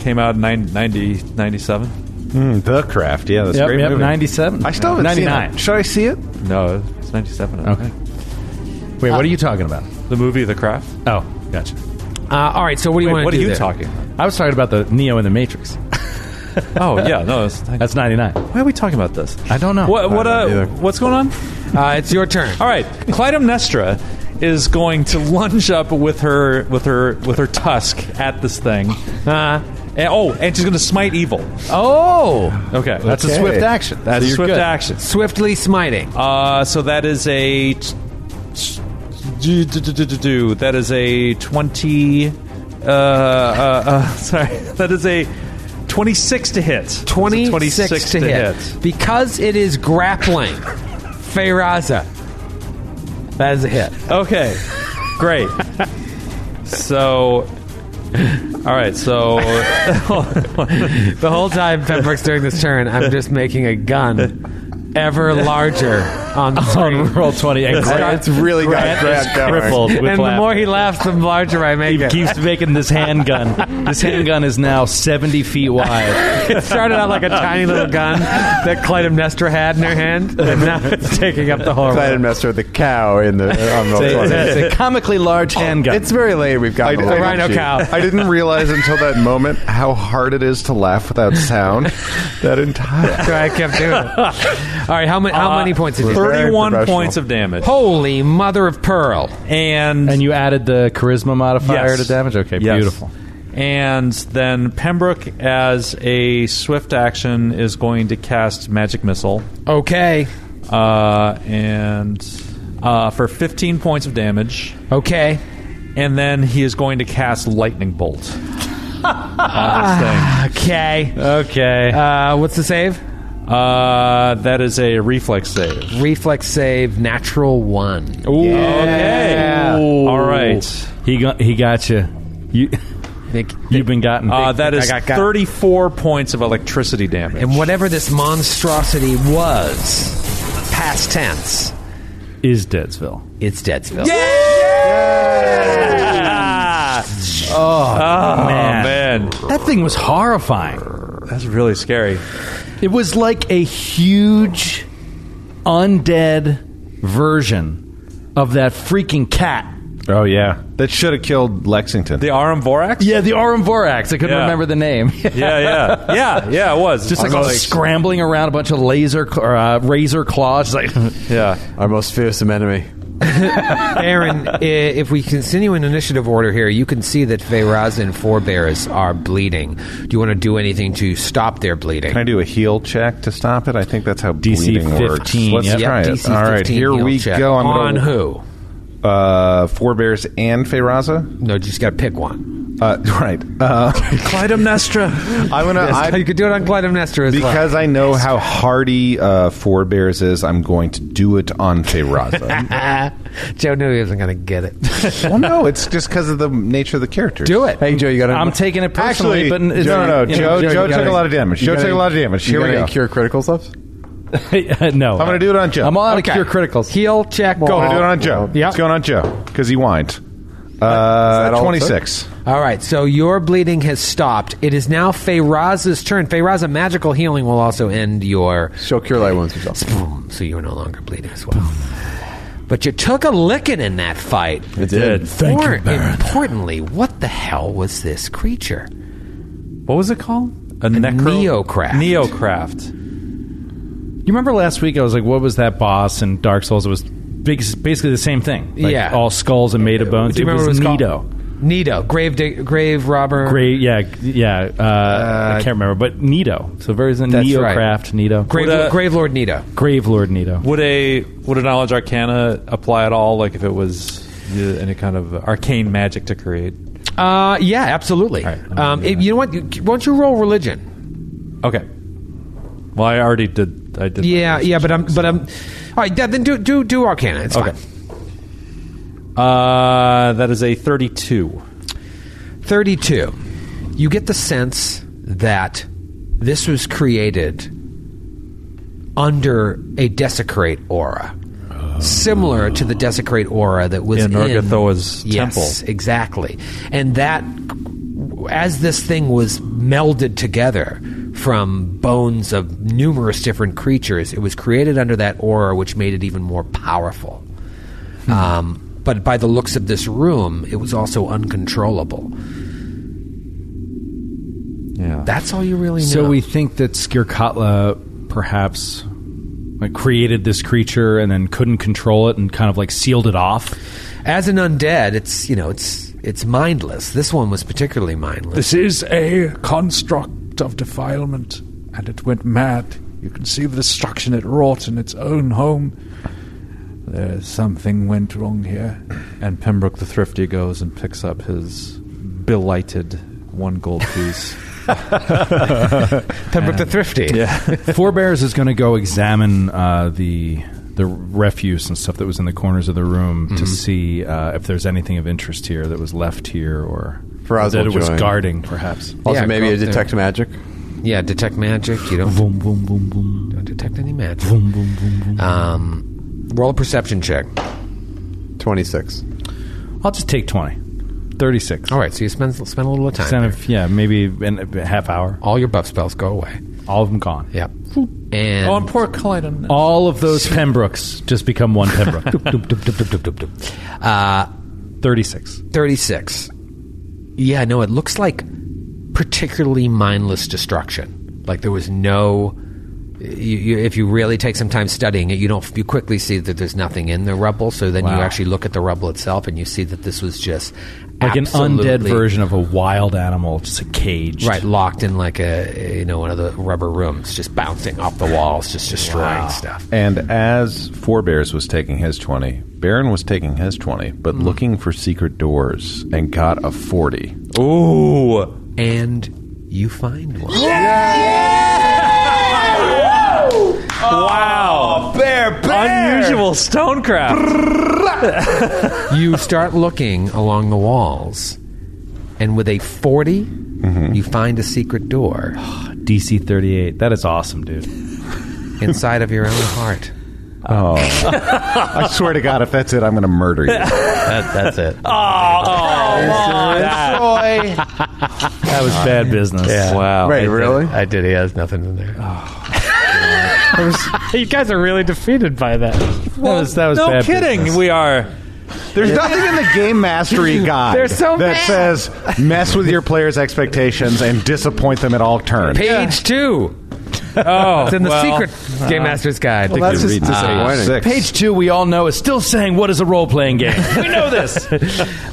[SPEAKER 7] came out in 9 90, 97.
[SPEAKER 6] Hmm, The craft, yeah, that's
[SPEAKER 4] Yep,
[SPEAKER 6] a great
[SPEAKER 4] yep,
[SPEAKER 6] movie.
[SPEAKER 4] 97.
[SPEAKER 9] I still haven't seen
[SPEAKER 4] 99.
[SPEAKER 9] it. Should I see it?
[SPEAKER 7] No, it's ninety seven. I
[SPEAKER 4] Okay.
[SPEAKER 7] think.
[SPEAKER 4] Wait, what are you talking about?
[SPEAKER 7] The movie The Craft.
[SPEAKER 4] Oh, gotcha.
[SPEAKER 2] Uh, all right, so what do you
[SPEAKER 7] Wait,
[SPEAKER 2] want
[SPEAKER 7] what
[SPEAKER 2] to
[SPEAKER 7] are
[SPEAKER 2] do?
[SPEAKER 7] you
[SPEAKER 2] there?
[SPEAKER 7] talking? about?
[SPEAKER 4] I was talking about the Neo in the Matrix.
[SPEAKER 7] Oh yeah, no. It's,
[SPEAKER 4] That's 99.
[SPEAKER 7] why are we talking about this?
[SPEAKER 4] I don't know.
[SPEAKER 7] What what
[SPEAKER 3] I
[SPEAKER 7] uh,
[SPEAKER 3] don't either.
[SPEAKER 7] what's going on?
[SPEAKER 2] Uh, it's your turn.
[SPEAKER 7] All right, Clytemnestra is going to lunge up with her with her with her tusk at this thing. Uh, and, oh, and she's going to smite evil.
[SPEAKER 2] Uh-huh. Oh,
[SPEAKER 7] Okay,
[SPEAKER 4] That's a
[SPEAKER 9] Okay.
[SPEAKER 4] swift action.
[SPEAKER 7] that's
[SPEAKER 4] So you're
[SPEAKER 7] swift
[SPEAKER 4] good.
[SPEAKER 7] action.
[SPEAKER 2] swiftly smiting.
[SPEAKER 7] Uh, so that is a t- t- do, do, do, do, do, do. That is a 20. Uh, uh, uh, sorry. That is a 26 to hit.
[SPEAKER 2] 26,
[SPEAKER 7] 26
[SPEAKER 2] to, hit. Because it is grappling, Feyraza. That is a hit.
[SPEAKER 7] Okay. Great. so. All right, so
[SPEAKER 2] The whole time Pembroke's doing this turn, I'm just making a gun ever larger on the
[SPEAKER 4] on
[SPEAKER 2] screen.
[SPEAKER 4] roll twenty and Grant,
[SPEAKER 3] It's really got
[SPEAKER 4] Grant is
[SPEAKER 3] Grant going.
[SPEAKER 4] crippled. With
[SPEAKER 2] And the
[SPEAKER 4] laughter.
[SPEAKER 2] more he laughs, the larger I make
[SPEAKER 4] he
[SPEAKER 2] it.
[SPEAKER 4] keeps making this handgun. This handgun is now seventy feet wide.
[SPEAKER 2] It started out like a tiny little gun that Clytemnestra had in her hand, and now it's taking up the whole
[SPEAKER 3] Glad I
[SPEAKER 2] room.
[SPEAKER 3] messed with the cow in the
[SPEAKER 6] uh,
[SPEAKER 3] on roll
[SPEAKER 4] It's a,
[SPEAKER 3] 20.
[SPEAKER 4] it's a comically large handgun.
[SPEAKER 3] It's very late. We've got
[SPEAKER 6] I-
[SPEAKER 3] the
[SPEAKER 6] I-
[SPEAKER 3] late
[SPEAKER 2] Rhino
[SPEAKER 3] sheet.
[SPEAKER 2] cow.
[SPEAKER 6] I didn't realize until that moment how hard it is to laugh without sound. that entire
[SPEAKER 2] So I kept doing it. All right, how many, how many points did you
[SPEAKER 3] Very
[SPEAKER 7] 31
[SPEAKER 3] professional.
[SPEAKER 7] Uh, points of damage.
[SPEAKER 2] Holy mother of pearl.
[SPEAKER 7] And
[SPEAKER 4] and you added the charisma modifier
[SPEAKER 7] Yes.
[SPEAKER 4] to damage. Okay,
[SPEAKER 7] Yes.
[SPEAKER 4] beautiful.
[SPEAKER 7] And then Pembroke, as a swift action, is going to cast Magic Missile,
[SPEAKER 2] Okay.
[SPEAKER 7] uh, and uh, for 15 points of damage.
[SPEAKER 2] Okay.
[SPEAKER 7] And then he is going to cast Lightning Bolt.
[SPEAKER 2] Ah, Okay.
[SPEAKER 7] Okay.
[SPEAKER 2] Uh, what's the save?
[SPEAKER 7] Uh, that is a reflex save.
[SPEAKER 2] Reflex save, natural one.
[SPEAKER 7] Okay. All right.
[SPEAKER 4] He got he got you. You
[SPEAKER 2] Nick-
[SPEAKER 4] you've been gotten.
[SPEAKER 7] Uh, that
[SPEAKER 2] I
[SPEAKER 7] is
[SPEAKER 2] got- got-
[SPEAKER 7] 34 points of electricity damage.
[SPEAKER 2] And whatever this monstrosity was, past tense,
[SPEAKER 4] is Deadsville.
[SPEAKER 2] it's Deadsville.
[SPEAKER 7] Oh,
[SPEAKER 4] man.
[SPEAKER 7] man.
[SPEAKER 4] That thing was horrifying.
[SPEAKER 7] That's really scary.
[SPEAKER 4] It was like a huge undead version of that freaking cat.
[SPEAKER 6] Oh yeah. That should have killed Lexington.
[SPEAKER 7] The Aram Vorax?
[SPEAKER 4] Yeah, the Arum Vorax. I couldn't
[SPEAKER 7] Yeah.
[SPEAKER 4] remember the name.
[SPEAKER 7] Yeah, yeah, yeah, yeah. It was
[SPEAKER 4] Just like,
[SPEAKER 7] Also,
[SPEAKER 4] scrambling around a bunch of laser cl- or, uh, razor claws. Like
[SPEAKER 7] yeah.
[SPEAKER 3] Our most fearsome enemy.
[SPEAKER 2] Aaron, i- if we continue in initiative order here, you can see that Feyraz and Forebears are bleeding. Do you want to do anything to stop their bleeding?
[SPEAKER 6] Can I do a heal check to stop it? I think that's how
[SPEAKER 4] DC
[SPEAKER 6] bleeding works.
[SPEAKER 4] 15,
[SPEAKER 6] Let's
[SPEAKER 4] yep.
[SPEAKER 6] try it.
[SPEAKER 2] DC
[SPEAKER 6] All right,
[SPEAKER 2] 15
[SPEAKER 6] here
[SPEAKER 2] heal
[SPEAKER 6] we
[SPEAKER 2] check.
[SPEAKER 6] go. I'm
[SPEAKER 2] On
[SPEAKER 6] gonna,
[SPEAKER 2] who?
[SPEAKER 6] Uh, Forebears and Feyraza.
[SPEAKER 2] No, you just got to pick one.
[SPEAKER 6] Uh, right. Uh, Clytemnestra. I'm gonna. I,
[SPEAKER 2] you could do it on Clytemnestra as well.
[SPEAKER 6] because I know how hardy uh, Forebears is, I'm going to do it on Feyraza.
[SPEAKER 2] Ah, Joe knew he wasn't going to get it.
[SPEAKER 6] well, no, it's just because of the nature of the character.
[SPEAKER 2] do it.
[SPEAKER 3] Hey, Joe, you got.
[SPEAKER 4] I'm taking it personally,
[SPEAKER 6] Actually,
[SPEAKER 4] but it's,
[SPEAKER 6] no, no, no,
[SPEAKER 4] you know,
[SPEAKER 6] Joe- Joe took a lot of damage. Joe took a lot of damage. Here we go.
[SPEAKER 3] Cure critical stuff.
[SPEAKER 4] no, I'm
[SPEAKER 6] gonna do it on Joe.
[SPEAKER 4] I'm all out
[SPEAKER 2] Okay.
[SPEAKER 4] of cure criticals.
[SPEAKER 2] Heal check.
[SPEAKER 6] Go
[SPEAKER 2] Go.
[SPEAKER 6] to do it on Joe.
[SPEAKER 2] Yeah.
[SPEAKER 6] It's going on Joe because he whined.
[SPEAKER 3] that
[SPEAKER 6] Uh,
[SPEAKER 3] all it took?
[SPEAKER 6] 26.
[SPEAKER 2] All right, so your bleeding has stopped. It is now Feyraz's turn. Feyraza, magical healing will also end your.
[SPEAKER 3] She'll cure light wounds herself.
[SPEAKER 2] Boom, so you are no longer bleeding as well. But you took a licking in that fight.
[SPEAKER 3] It did.
[SPEAKER 4] Thank
[SPEAKER 2] More
[SPEAKER 4] you, Baron.
[SPEAKER 2] importantly, what the hell was this creature?
[SPEAKER 7] What was it called? A necro
[SPEAKER 2] Neocraft.
[SPEAKER 7] Neocraft.
[SPEAKER 4] You remember last week? I was like, "What was that boss in Dark Souls?" It was big, basically the same thing. Like,
[SPEAKER 2] Yeah.
[SPEAKER 4] all skulls and made of bones.
[SPEAKER 2] Do you
[SPEAKER 4] it
[SPEAKER 2] remember
[SPEAKER 4] was
[SPEAKER 2] what it was
[SPEAKER 4] Nido.
[SPEAKER 2] called? Nito, grave, dig grave robber.
[SPEAKER 4] Great, yeah, yeah. Uh, I can't remember, but Nito. So very
[SPEAKER 2] That's
[SPEAKER 4] Neo Craft Nito.
[SPEAKER 2] Grave,
[SPEAKER 7] Would, uh,
[SPEAKER 2] grave Lord Nito.
[SPEAKER 4] Grave Lord Nito.
[SPEAKER 7] Would a would a knowledge arcana apply at all? Like if it was uh, any kind of arcane magic to create?
[SPEAKER 2] Uh, yeah, absolutely.
[SPEAKER 7] All right, I'm gonna
[SPEAKER 2] um,
[SPEAKER 7] do
[SPEAKER 2] if-
[SPEAKER 7] that.
[SPEAKER 2] you know what? You- Why don't you roll religion?
[SPEAKER 7] Okay. Well, I already did. I did. my
[SPEAKER 2] Yeah,
[SPEAKER 7] first
[SPEAKER 2] yeah, but I'm,
[SPEAKER 7] check,
[SPEAKER 2] but
[SPEAKER 7] so-
[SPEAKER 2] I'm. All right, yeah, then do do do Arcana. It's
[SPEAKER 7] Okay.
[SPEAKER 2] fine.
[SPEAKER 7] Uh, that is a thirty-two.
[SPEAKER 2] Thirty-two. You get the sense that this was created under a desecrate aura, similar to the desecrate aura that was
[SPEAKER 7] In Urgathoa's
[SPEAKER 2] yes,
[SPEAKER 7] temple.
[SPEAKER 2] exactly, and that as this thing was melded together from bones of numerous different creatures, it was created under that aura, which made it even more powerful.
[SPEAKER 7] Hmm.
[SPEAKER 2] Um, but by the looks of this room, it was also uncontrollable.
[SPEAKER 7] Yeah.
[SPEAKER 2] That's all you really know.
[SPEAKER 4] So we think that Skirkatla perhaps like, created this creature and then couldn't control it and kind of like sealed it off.
[SPEAKER 2] as an undead, it's you know, it's it's mindless. This one was particularly mindless.
[SPEAKER 1] This is a construct of defilement, and it went mad. You can see the destruction it wrought in its own home.
[SPEAKER 4] There, something went wrong here. And Pembroke the Thrifty goes and picks up his belighted one gold piece.
[SPEAKER 2] Pembroke the Thrifty.
[SPEAKER 4] Four Bears is going to go examine uh, the the refuse and stuff that was in the corners of the room
[SPEAKER 2] Mm-hmm.
[SPEAKER 4] to see uh, if there's anything of interest here that was left here or
[SPEAKER 3] Faraz
[SPEAKER 4] that
[SPEAKER 3] will
[SPEAKER 4] it was
[SPEAKER 3] join.
[SPEAKER 4] guarding, perhaps.
[SPEAKER 3] Also,
[SPEAKER 2] Yeah,
[SPEAKER 3] maybe
[SPEAKER 2] go
[SPEAKER 3] a
[SPEAKER 2] up there.
[SPEAKER 3] detect magic.
[SPEAKER 2] Yeah, detect magic. You don't,
[SPEAKER 4] Boom, boom, boom, boom.
[SPEAKER 2] don't detect any magic.
[SPEAKER 4] Boom, boom, boom, boom.
[SPEAKER 2] Um, roll a perception check.
[SPEAKER 3] Twenty six.
[SPEAKER 4] I'll just take 20. 36.
[SPEAKER 2] All right, so you spend spend a little time.
[SPEAKER 4] Kind
[SPEAKER 2] there.
[SPEAKER 4] of, yeah, maybe in a half hour.
[SPEAKER 2] All your buff spells go away.
[SPEAKER 4] All of them gone.
[SPEAKER 2] Yeah. And
[SPEAKER 10] Oh, and poor Clyden.
[SPEAKER 4] All of those Pembrokes just become one Pembroke.
[SPEAKER 2] uh,
[SPEAKER 4] 36.
[SPEAKER 2] 36. Yeah, no, it looks like particularly mindless destruction. Like there was no. You, you, if you really take some time studying it, you don't. You quickly see that there's nothing in the rubble. So then you
[SPEAKER 4] Wow.
[SPEAKER 2] actually look at the rubble itself, and you see that this was just
[SPEAKER 4] Like an undead
[SPEAKER 2] absolutely-
[SPEAKER 4] version of a wild animal, just a cage.
[SPEAKER 2] right? Locked in like a you know one of the rubber rooms, just bouncing off the walls, just destroying stuff.
[SPEAKER 6] And as Forebears was taking his 20, Baron was taking his 20, but looking for secret doors and got a 40.
[SPEAKER 7] Ooh.
[SPEAKER 2] And you find one.
[SPEAKER 7] Oh, Wow. bear, bear. Unusual stonecraft.
[SPEAKER 2] you start looking along the walls, and with a 40,
[SPEAKER 4] Mm-hmm.
[SPEAKER 2] you find a secret door
[SPEAKER 4] DC 38. That is awesome, dude.
[SPEAKER 2] inside of your own heart.
[SPEAKER 6] Oh. I swear to God, if that's it, I'm going to murder you.
[SPEAKER 2] that's it. Oh,
[SPEAKER 4] That was bad business.
[SPEAKER 7] Wow.
[SPEAKER 3] Wait, really?
[SPEAKER 2] I did. He has nothing in there.
[SPEAKER 11] you guys are really defeated by that.
[SPEAKER 4] that was, that was
[SPEAKER 7] no
[SPEAKER 4] bad
[SPEAKER 7] kidding.
[SPEAKER 4] business.
[SPEAKER 7] We are.
[SPEAKER 6] There's nothing in the Uh, game mastery guide
[SPEAKER 11] They're so
[SPEAKER 6] that
[SPEAKER 11] mad.
[SPEAKER 6] says mess with your players' expectations and disappoint them at all turns.
[SPEAKER 2] Page two. Oh, it's in the secret
[SPEAKER 6] Uh,
[SPEAKER 2] Game Master's Guide.
[SPEAKER 3] That's just disappointing.
[SPEAKER 4] Uh, Page two, we all know, is still saying, What is a role playing game? we know this.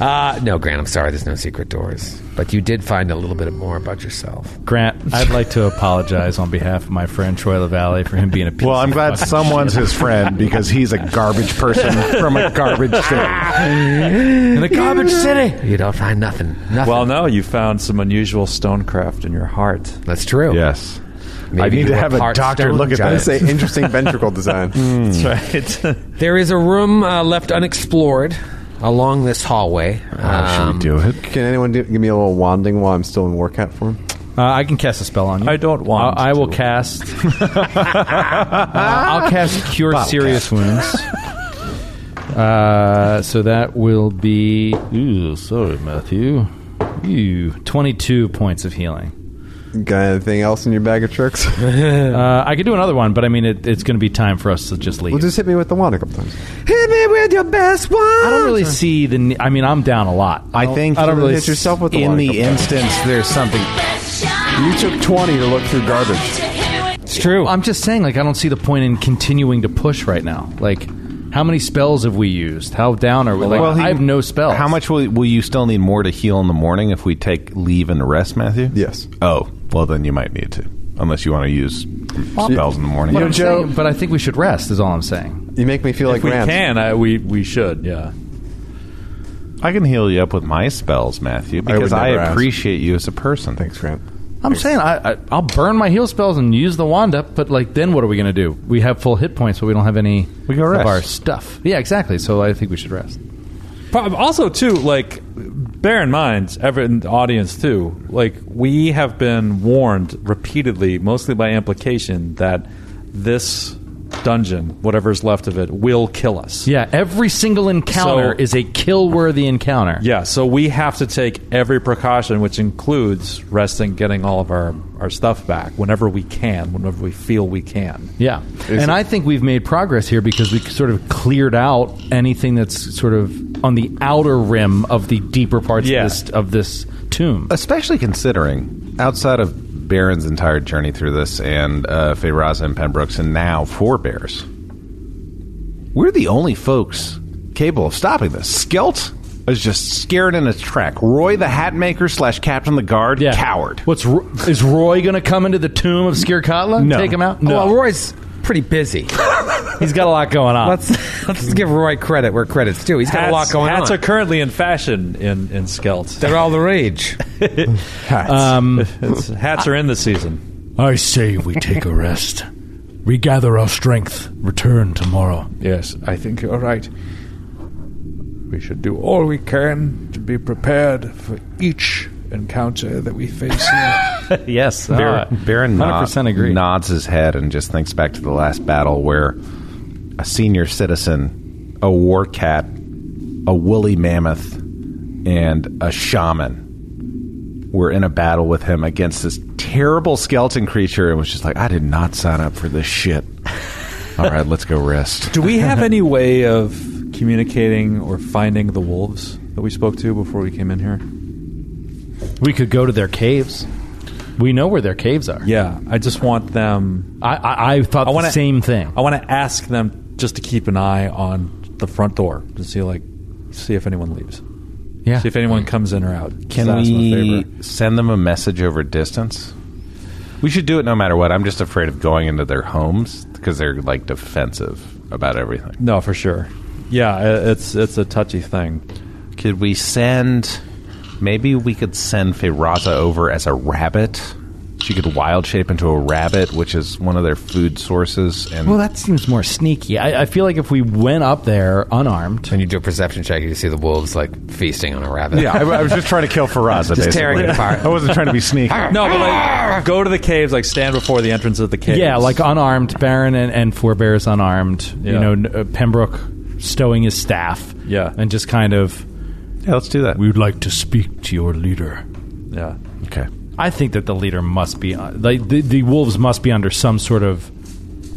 [SPEAKER 2] uh, no, Grant, I'm sorry. There's no secret doors. But you did find a little bit more about yourself.
[SPEAKER 4] Grant, I'd like to apologize on behalf of my friend Troy LaValle for him being a piece
[SPEAKER 6] Well, I'm
[SPEAKER 4] of
[SPEAKER 6] glad
[SPEAKER 4] fucking
[SPEAKER 6] someone's
[SPEAKER 4] shit.
[SPEAKER 6] his friend because he's a garbage person from a garbage thing.
[SPEAKER 4] in the garbage city.
[SPEAKER 2] You don't find nothing. Nothing.
[SPEAKER 7] Well, no, you found some unusual stonecraft in your heart.
[SPEAKER 2] That's true.
[SPEAKER 6] Yes.
[SPEAKER 2] Maybe
[SPEAKER 6] I need
[SPEAKER 2] you
[SPEAKER 6] to
[SPEAKER 2] were
[SPEAKER 6] have a
[SPEAKER 2] part
[SPEAKER 6] doctor
[SPEAKER 2] stone
[SPEAKER 6] look at
[SPEAKER 3] I
[SPEAKER 6] that.
[SPEAKER 3] say interesting ventricle design.
[SPEAKER 6] Hmm.
[SPEAKER 4] Hmm.
[SPEAKER 7] That's right.
[SPEAKER 2] There is a room uh, left unexplored along this hallway.
[SPEAKER 7] Uh,
[SPEAKER 6] Should we
[SPEAKER 2] Um,
[SPEAKER 6] do it?
[SPEAKER 3] Can anyone do, give me a little wanding while I'm still in workout form?
[SPEAKER 4] Uh, I can cast a spell on you.
[SPEAKER 7] I don't want
[SPEAKER 4] I, I will
[SPEAKER 7] to.
[SPEAKER 4] cast. Uh, I'll cast cure serious wounds. Uh, so that will be. Ooh, sorry, Matthew. Ooh, twenty-two points of healing.
[SPEAKER 3] Got anything else in your bag of tricks?
[SPEAKER 4] Uh, I could do another one, but I mean, it, it's going to be time for us to just leave.
[SPEAKER 3] well, just hit me with the wand a couple times.
[SPEAKER 2] Hit me with your best one.
[SPEAKER 4] I don't really see the. ne- I mean, I'm down a lot.
[SPEAKER 6] I think
[SPEAKER 3] I don't really hit yourself with the
[SPEAKER 6] in
[SPEAKER 3] wand a
[SPEAKER 6] the
[SPEAKER 3] couple
[SPEAKER 6] instance there's something.
[SPEAKER 3] You took 20 to look through garbage.
[SPEAKER 11] Garbage.
[SPEAKER 2] It's true.
[SPEAKER 4] I'm just saying, like, I don't see the point in continuing to push right now. Like, how many spells have we used? How down are we? Like,
[SPEAKER 6] he-
[SPEAKER 4] I have no spells.
[SPEAKER 6] How much will, will you still need more to heal in the morning if we take leave and rest, Matthew?
[SPEAKER 3] Yes.
[SPEAKER 6] Oh, well then you might need to, unless you want to use spells in the morning.
[SPEAKER 4] But, I'm
[SPEAKER 3] know, Joe-
[SPEAKER 4] saying- but I think we should rest. Is all I'm saying.
[SPEAKER 3] You make me feel like
[SPEAKER 7] If we
[SPEAKER 3] Rand.
[SPEAKER 7] can, I, we, we should, yeah.
[SPEAKER 6] I can heal you up with my spells, Matthew,
[SPEAKER 3] I would
[SPEAKER 6] because I,
[SPEAKER 3] never ask.
[SPEAKER 6] appreciate you as a person.
[SPEAKER 3] Thanks, Grant.
[SPEAKER 4] I'm saying I, I, I'll burn my heal spells and use the wand up. But like, then what are we going to do? We have full hit points, but we don't have any
[SPEAKER 6] We go
[SPEAKER 4] of
[SPEAKER 6] rest.
[SPEAKER 4] our stuff. Yeah, exactly. So I think we should rest.
[SPEAKER 7] Prob- Also, too, like, bear in mind, every in the audience, too, like, we have been warned repeatedly, mostly by implication, that this dungeon, whatever's left of it, will kill us.
[SPEAKER 4] Yeah, every single encounter
[SPEAKER 7] So-
[SPEAKER 4] is a kill-worthy encounter.
[SPEAKER 7] Yeah, so we have to take every precaution, which includes resting, getting all of our, our stuff back whenever we can, whenever we feel we can.
[SPEAKER 4] Yeah, and I think we've made progress here because we sort of cleared out anything that's sort of on the outer rim of the deeper parts
[SPEAKER 7] Yeah.
[SPEAKER 4] of, this, of this tomb.
[SPEAKER 6] Especially considering, outside of Baron's entire journey through this, and uh, Feyraza and Pembroke's, and now Four Bears, we're the only folks capable of stopping this. Skelt is just scared in its track. Roy the Hatmaker slash Captain the Guard,
[SPEAKER 4] Yeah.
[SPEAKER 6] coward.
[SPEAKER 4] What's Ro- is Roy going to come into the tomb of Skirkatla? and
[SPEAKER 6] No.
[SPEAKER 4] take him out.
[SPEAKER 2] Well, Roy's pretty busy.
[SPEAKER 4] He's got a lot going on.
[SPEAKER 2] Let's let's give Roy credit where credit's due. He's got
[SPEAKER 7] hats,
[SPEAKER 2] a lot going
[SPEAKER 7] hats
[SPEAKER 2] on.
[SPEAKER 7] are currently in fashion in in Skelt.
[SPEAKER 2] They're all the rage.
[SPEAKER 7] hats.
[SPEAKER 4] Um,
[SPEAKER 7] hats are in the season.
[SPEAKER 1] I say we take a rest. Regather our strength. Return tomorrow.
[SPEAKER 12] Yes, I think you're right. We should do all we can to be prepared for each encounter that we face here.
[SPEAKER 4] yes, uh,
[SPEAKER 6] Bar- Baron nod-
[SPEAKER 4] 100% agree.
[SPEAKER 6] nods his head and just thinks back to the last battle where a senior citizen, a war cat, a woolly mammoth, and a shaman were in a battle with him against this terrible skeleton creature and was just like, I did not sign up for this shit. All right, let's go rest.
[SPEAKER 7] Do we have any way of communicating or finding the wolves that we spoke to before we came in here?
[SPEAKER 4] we could go to their caves. We know where their caves are.
[SPEAKER 7] Yeah, I just want them.
[SPEAKER 4] I, I, I thought
[SPEAKER 7] I
[SPEAKER 4] the
[SPEAKER 7] wanna-
[SPEAKER 4] same thing.
[SPEAKER 7] I want to ask them just to keep an eye on the front door to see like see if anyone leaves.
[SPEAKER 4] Yeah.
[SPEAKER 7] See if anyone comes in or out. Just
[SPEAKER 6] Can
[SPEAKER 7] ask them a
[SPEAKER 6] we
[SPEAKER 7] favor.
[SPEAKER 6] send them a message over distance? We should do it no matter what. I'm just afraid of going into their homes because they're like defensive about everything.
[SPEAKER 7] No, for sure. Yeah, i- it's it's a touchy thing.
[SPEAKER 6] Could we send? Maybe we could send Feyraza over as a rabbit. She could wild shape into a rabbit, which is one of their food sources. And
[SPEAKER 4] Well, that seems more sneaky. I, I feel like if we went up there unarmed,
[SPEAKER 13] When you do a perception check, you see the wolves like feasting on a rabbit.
[SPEAKER 9] Yeah, I, I was just trying to kill Faraza.
[SPEAKER 13] Just tearing
[SPEAKER 9] basically.
[SPEAKER 13] it apart.
[SPEAKER 9] I wasn't trying to be sneaky.
[SPEAKER 7] No, but like go to the caves, like stand before the entrance of the caves.
[SPEAKER 4] yeah, like unarmed, Baron and, and forebears unarmed.
[SPEAKER 7] Yeah.
[SPEAKER 4] You know, n- uh, Pembroke stowing his staff.
[SPEAKER 7] Yeah.
[SPEAKER 4] and just kind of.
[SPEAKER 6] yeah, let's do that.
[SPEAKER 1] We would like to speak to your leader.
[SPEAKER 7] yeah.
[SPEAKER 6] Okay.
[SPEAKER 4] I think that the leader must be uh, like the, the wolves must be under some sort of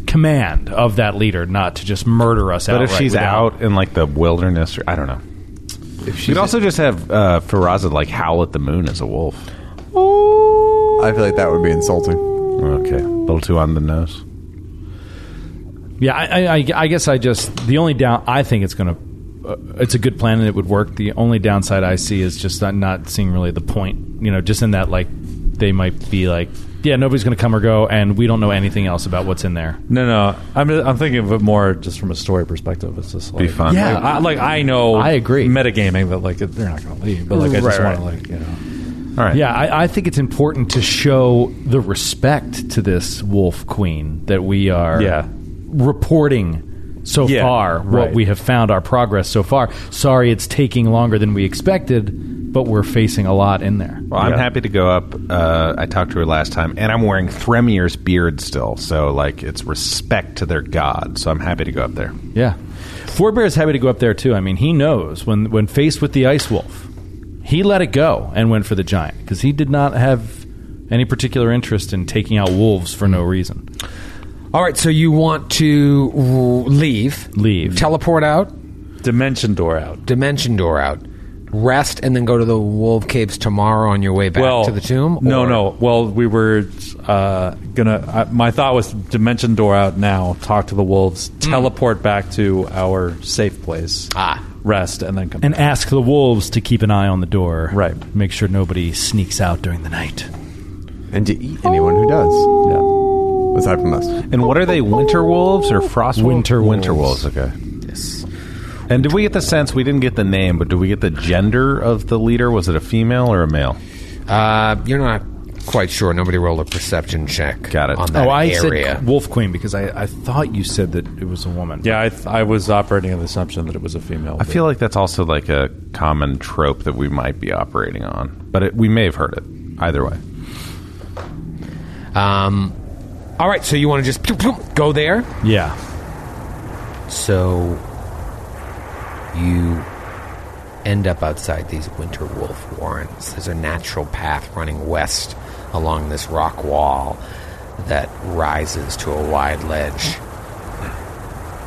[SPEAKER 4] command of that leader, not to just murder us.
[SPEAKER 6] But if
[SPEAKER 4] outright
[SPEAKER 6] she's
[SPEAKER 4] without-
[SPEAKER 6] out in like the wilderness, or I don't know. we could also just have uh, Faraza like howl at the moon as a wolf.
[SPEAKER 3] I feel like that would be insulting.
[SPEAKER 6] Okay, a little too on the nose.
[SPEAKER 4] yeah, I, I- I, I guess I just the only down. I think it's gonna. Uh, it's a good plan and it would work. The only downside I see is just not, not seeing really the point. You know, just in that like they might be like, yeah, nobody's gonna come or go, and we don't know anything else about what's in there.
[SPEAKER 7] No, no. I'm I'm thinking of it more just from a story perspective. It's just like,
[SPEAKER 6] Be fun.
[SPEAKER 7] Yeah, I, like I know.
[SPEAKER 4] I agree.
[SPEAKER 7] Metagaming that like they're not going to leave, but like I just
[SPEAKER 4] Right, right.
[SPEAKER 7] want to like you know.
[SPEAKER 6] All right.
[SPEAKER 4] Yeah, I, I think it's important to show the respect to this wolf queen that we are
[SPEAKER 7] Yeah.
[SPEAKER 4] reporting so
[SPEAKER 7] Yeah,
[SPEAKER 4] far what
[SPEAKER 7] right.
[SPEAKER 4] we have found our progress so far. Sorry, it's taking longer than we expected, but we're facing a lot in there.
[SPEAKER 6] Well, I'm happy to go up. Uh, I talked to her last time, and I'm wearing Thremir's beard still, so like it's respect to their god. So I'm happy to go up there.
[SPEAKER 4] Yeah, Forebear is happy to go up there too. I mean, he knows when when faced with the ice wolf, he let it go and went for the giant because he did not have any particular interest in taking out wolves for no reason.
[SPEAKER 2] All right, so you want to r- leave,
[SPEAKER 4] Leave.
[SPEAKER 2] teleport out,
[SPEAKER 7] Dimension door out.
[SPEAKER 2] dimension door out, rest, and then go to the wolf caves tomorrow on your way back
[SPEAKER 7] well,
[SPEAKER 2] to the tomb.
[SPEAKER 7] No,
[SPEAKER 2] or-
[SPEAKER 7] no. Well, we were uh, gonna. I, my thought was dimension door out now. Talk to the wolves. Teleport back to our safe place.
[SPEAKER 2] Ah.
[SPEAKER 7] rest and then come.
[SPEAKER 4] and
[SPEAKER 7] back.
[SPEAKER 4] ask the wolves to keep an eye on the door.
[SPEAKER 7] Right.
[SPEAKER 4] Make sure nobody sneaks out during the night.
[SPEAKER 3] And to eat anyone who does,
[SPEAKER 7] Yeah.
[SPEAKER 3] aside from us.
[SPEAKER 6] And what are they? Winter wolves or frost? wolves?
[SPEAKER 4] Winter
[SPEAKER 6] Winter wolves. Okay. Yes. And did we get the sense we didn't get the name, but do we get the gender of the leader? Was it a female or a male?
[SPEAKER 13] Uh, you're not quite sure. Nobody rolled a perception check.
[SPEAKER 6] Got it.
[SPEAKER 13] On that
[SPEAKER 4] oh, I
[SPEAKER 13] area.
[SPEAKER 4] said wolf queen because I, I thought you said that it was a woman.
[SPEAKER 7] Yeah, I, th- I was operating on the assumption that it was a female.
[SPEAKER 6] I feel like that's also like a common trope that we might be operating on, but it, we may have heard it either way.
[SPEAKER 2] Um, all right, so you want to just ploop, ploop, go there?
[SPEAKER 4] Yeah.
[SPEAKER 13] So you end up outside these winter wolf warrens. There's a natural path running west along this rock wall that rises to a wide ledge.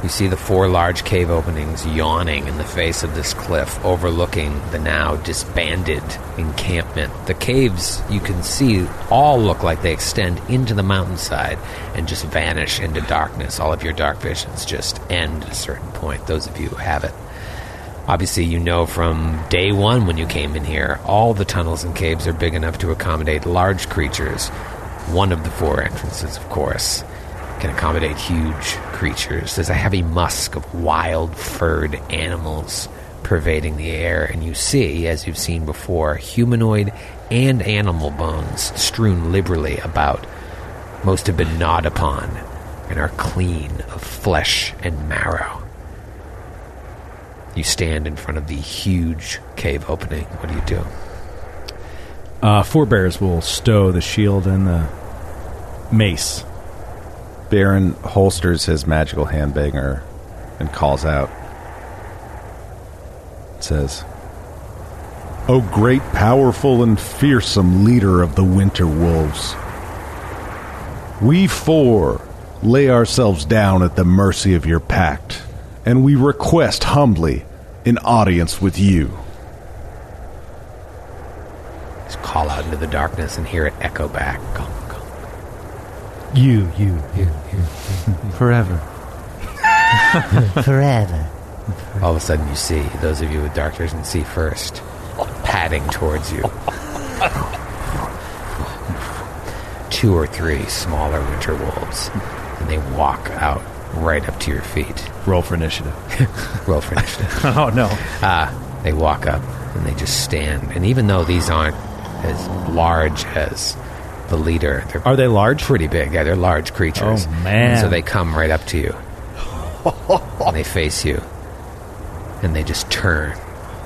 [SPEAKER 13] You see the four large cave openings yawning in the face of this cliff, overlooking the now disbanded encampment. The caves you can see all look like they extend into the mountainside and just vanish into darkness. All of your dark visions just end at a certain point, those of you who have it. Obviously, you know from day one when you came in here, all the tunnels and caves are big enough to accommodate large creatures. One of the four entrances, of course,
[SPEAKER 2] can accommodate huge creatures. There's a heavy musk of wild furred animals pervading the air, and you see, as you've seen before, humanoid and animal bones strewn liberally about. Most have been gnawed upon and are clean of flesh and marrow. You stand in front of the huge cave opening. What do you do?
[SPEAKER 4] Uh, forebears will stow the shield and the mace.
[SPEAKER 14] Baron holsters his magical handbanger and calls out. Says,
[SPEAKER 6] O great, powerful, and fearsome leader of the Winter Wolves, we four lay ourselves down at the mercy of your pact, and we request humbly an audience with you.
[SPEAKER 2] Just call out into the darkness and hear it echo back.
[SPEAKER 4] You, you, you, you.
[SPEAKER 2] Forever.
[SPEAKER 15] Forever.
[SPEAKER 2] All of a sudden, you see those of you with dark vision see first, padding towards you. Two or three smaller winter wolves, and they walk out right up to your feet.
[SPEAKER 4] Roll for initiative.
[SPEAKER 2] Roll for initiative.
[SPEAKER 4] oh no!
[SPEAKER 2] Uh, they walk up and they just stand. And even though these aren't as large as the leader, they're
[SPEAKER 4] are they large?
[SPEAKER 2] Pretty big. Yeah, they're large creatures.
[SPEAKER 4] Oh, man.
[SPEAKER 2] And so they come right up to you. and they face you, and they just turn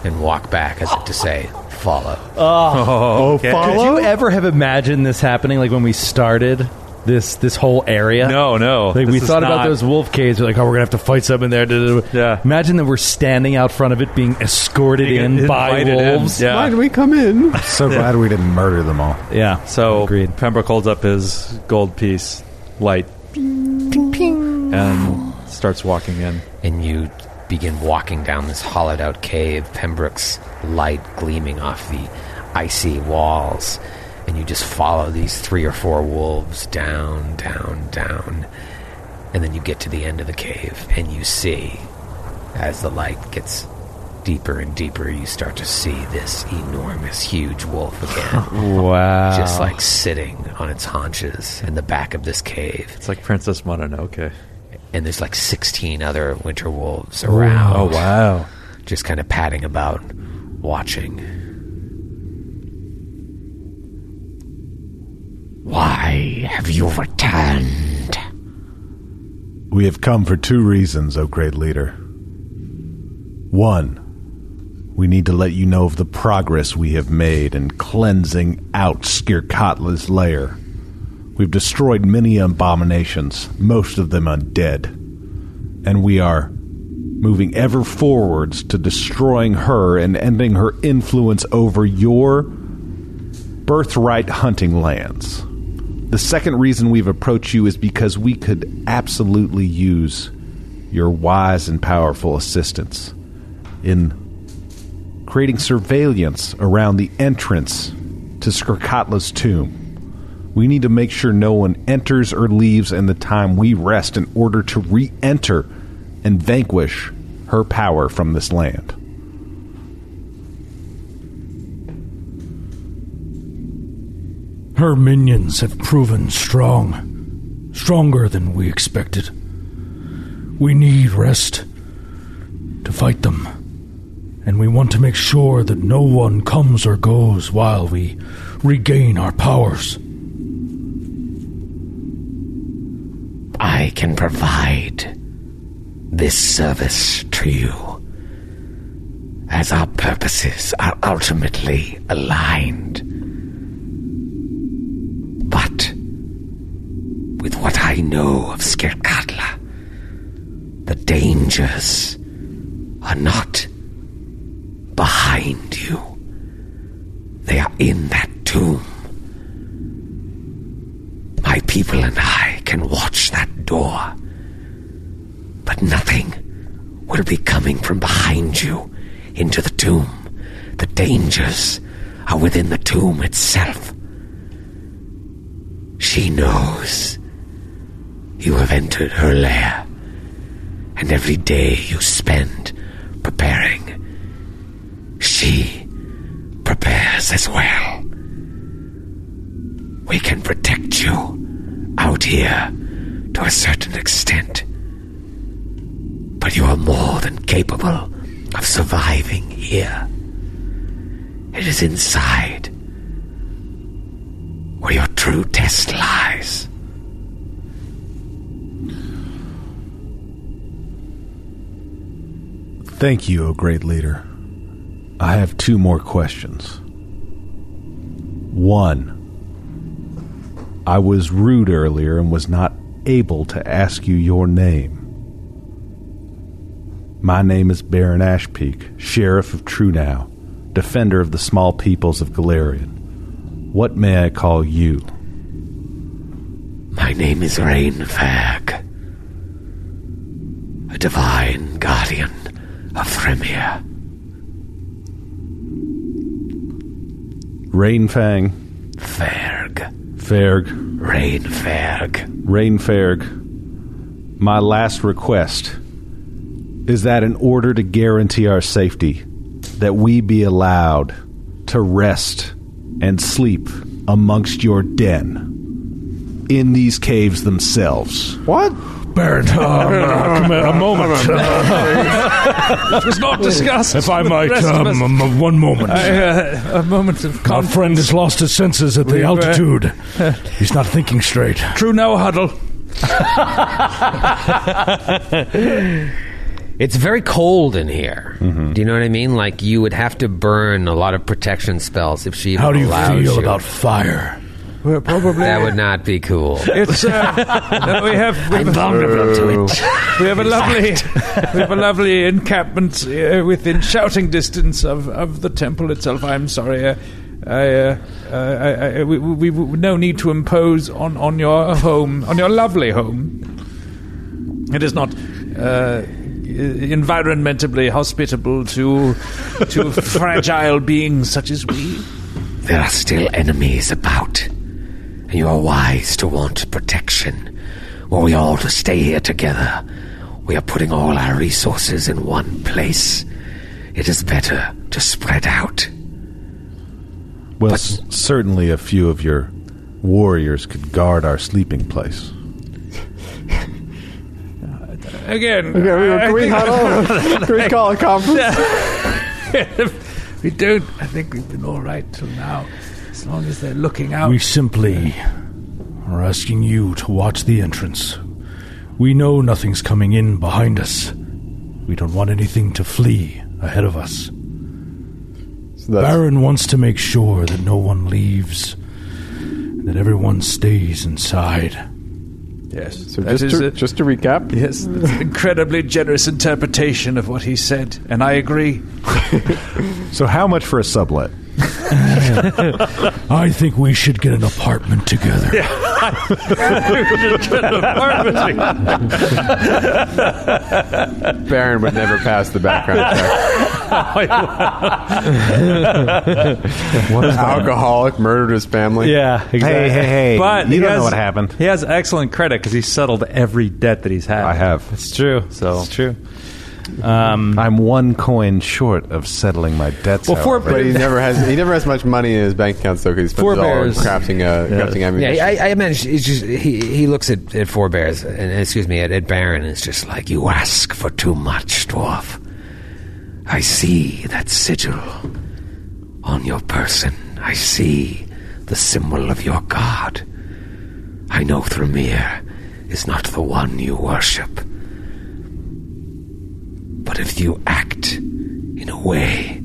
[SPEAKER 2] and walk back as if to say, "Follow."
[SPEAKER 4] Oh,
[SPEAKER 2] okay.
[SPEAKER 4] Could you ever have imagined this happening? Like when we started this this whole area?
[SPEAKER 7] No, no.
[SPEAKER 4] Like we
[SPEAKER 7] This is
[SPEAKER 4] thought about
[SPEAKER 7] not-
[SPEAKER 4] those wolf caves. We're like, oh, we're gonna have to fight something there. Yeah. Imagine that we're standing out front of it, being escorted
[SPEAKER 7] Being
[SPEAKER 4] in by
[SPEAKER 7] invited in,
[SPEAKER 4] wolves.
[SPEAKER 7] yeah. Why
[SPEAKER 4] did
[SPEAKER 16] we come in?
[SPEAKER 14] So
[SPEAKER 7] Yeah.
[SPEAKER 14] glad we didn't murder them all.
[SPEAKER 4] Yeah.
[SPEAKER 7] So Pembroke holds up his gold piece light
[SPEAKER 15] Ping, ping.
[SPEAKER 7] and starts walking in.
[SPEAKER 2] and you begin walking down this hollowed out cave, Pembroke's light gleaming off the icy walls, and you just follow these three or four wolves down, down, down, and then you get to the end of the cave, and you see, as the light gets deeper and deeper, you start to see this enormous, huge wolf again.
[SPEAKER 7] Wow.
[SPEAKER 2] Just like sitting on its haunches in the back of this cave.
[SPEAKER 7] It's like Princess Mononoke.
[SPEAKER 2] And there's like 16 other winter wolves around.
[SPEAKER 7] Oh, wow.
[SPEAKER 2] Just kind of padding about, watching. Why have you returned?
[SPEAKER 6] We have come for two reasons, O great leader. One, we need to let you know of the progress we have made in cleansing out Skirkatla's lair. We've destroyed many abominations, most of them undead, and we are moving ever forwards to destroying her and ending her influence over your birthright hunting lands. The second reason we've approached you is because we could absolutely use your wise and powerful assistance in creating surveillance around the entrance to Skirkatla's tomb. We need to make sure no one enters or leaves in the time we rest in order to re enter and vanquish her power from this land.
[SPEAKER 1] Her minions have proven strong, stronger than we expected. We need rest to fight them, and we want to make sure that no one comes or goes while we regain our powers.
[SPEAKER 2] I can provide this service to you. As our purposes are ultimately aligned. But with what I know of Skirkatla, the dangers are not behind you. They are in that tomb. My people and I can watch that door. But nothing will be coming from behind you into the tomb. The dangers are within the tomb itself. She knows you have entered her lair, and every day you spend preparing, she prepares as well. We can protect you out here
[SPEAKER 15] to a certain extent. But you are more than capable of surviving here. It is inside where your true test lies.
[SPEAKER 6] Thank you, O great leader. I have two more questions. One, I was rude earlier and was not able to ask you your name. My name is Baron Ashpeak, Sheriff of Trunow, Defender of the Small Peoples of Galarian. What may I call you?
[SPEAKER 15] My name is Rainfag, a divine guardian of Fremir.
[SPEAKER 6] Rainfang.
[SPEAKER 15] Ferg.
[SPEAKER 6] Ferg.
[SPEAKER 15] Rainferg.
[SPEAKER 6] Rainferg. My last request is that in order to guarantee our safety, that we be allowed to rest and sleep amongst your den in these caves themselves.
[SPEAKER 17] What?
[SPEAKER 1] Baron,
[SPEAKER 15] ah,
[SPEAKER 1] um, a moment.
[SPEAKER 15] It was
[SPEAKER 12] Oh.
[SPEAKER 15] not discussed.
[SPEAKER 1] If I might,
[SPEAKER 15] Rest of
[SPEAKER 1] um,
[SPEAKER 15] us-
[SPEAKER 1] um, uh, one moment.
[SPEAKER 15] I, uh, a moment of
[SPEAKER 1] Our
[SPEAKER 15] calm.
[SPEAKER 1] friend has lost his senses at the
[SPEAKER 15] We've, uh,
[SPEAKER 1] altitude. He's not thinking straight.
[SPEAKER 15] True now huddle.
[SPEAKER 2] It's very cold in here. Do you know what I mean? Like you would have to burn a lot of protection spells if she even
[SPEAKER 1] How do you
[SPEAKER 2] allows
[SPEAKER 1] feel
[SPEAKER 2] you.
[SPEAKER 1] about fire?
[SPEAKER 12] We're probably.
[SPEAKER 2] That would not be cool.
[SPEAKER 12] It's uh, no, we have Uh, we have,
[SPEAKER 2] vulnerable to
[SPEAKER 12] we have a lovely we have a lovely encampment uh, within shouting distance of, of the temple itself. I'm sorry, uh, I, uh, uh, I, I we, we, we no need to impose on, on your home on your lovely home. It is not. Uh, environmentally hospitable to to fragile beings such as we
[SPEAKER 15] There are still enemies about, and you are wise to want protection. Were we all to stay here together, we are putting all our resources in one place. It is better to spread out.
[SPEAKER 6] Well, s- certainly a few of your warriors could guard our sleeping place.
[SPEAKER 12] again.
[SPEAKER 3] Okay, we-
[SPEAKER 12] I- I
[SPEAKER 3] can we
[SPEAKER 12] think-
[SPEAKER 3] huddle? Can we call a conference?
[SPEAKER 12] we don't. I think we've been all right till now, as long as they're looking out.
[SPEAKER 1] We simply are asking you to watch the entrance. We know nothing's coming in behind us. We don't want anything to flee ahead of us. Baron wants to make sure that no one leaves, and that everyone stays inside.
[SPEAKER 12] yes.
[SPEAKER 3] So
[SPEAKER 12] that
[SPEAKER 3] just
[SPEAKER 12] is
[SPEAKER 3] to,
[SPEAKER 12] a-
[SPEAKER 3] just to recap,
[SPEAKER 12] yes, that's an incredibly generous interpretation of what he said, and I agree.
[SPEAKER 6] So, how much for a sublet?
[SPEAKER 1] I think we should get an apartment together.
[SPEAKER 3] Baron would never pass the background check.
[SPEAKER 6] What is that?
[SPEAKER 3] Alcoholic murdered his family.
[SPEAKER 7] Yeah, exactly.
[SPEAKER 6] Hey, hey, hey.
[SPEAKER 7] But
[SPEAKER 6] you
[SPEAKER 7] he
[SPEAKER 6] don't
[SPEAKER 7] has-
[SPEAKER 6] know what happened.
[SPEAKER 7] He has excellent credit because he's settled every debt that he's had.
[SPEAKER 6] I have.
[SPEAKER 7] It's true. So it's true. Um,
[SPEAKER 6] I'm one coin short of settling my debts.
[SPEAKER 7] Well, for-
[SPEAKER 6] however.
[SPEAKER 3] But he never has he never has much money in his bank account, so he spends
[SPEAKER 7] Four
[SPEAKER 3] it all on
[SPEAKER 7] bears.
[SPEAKER 3] crafting a crafting ammunition.
[SPEAKER 2] Yeah, I, I imagine it's just he, he looks at, at Four Bears and excuse me at, at Baron and it's just like you
[SPEAKER 15] You ask for too much, dwarf. I see that sigil on your person. I see the symbol of your god. I know Thramir is not the one you worship. But if you act in a way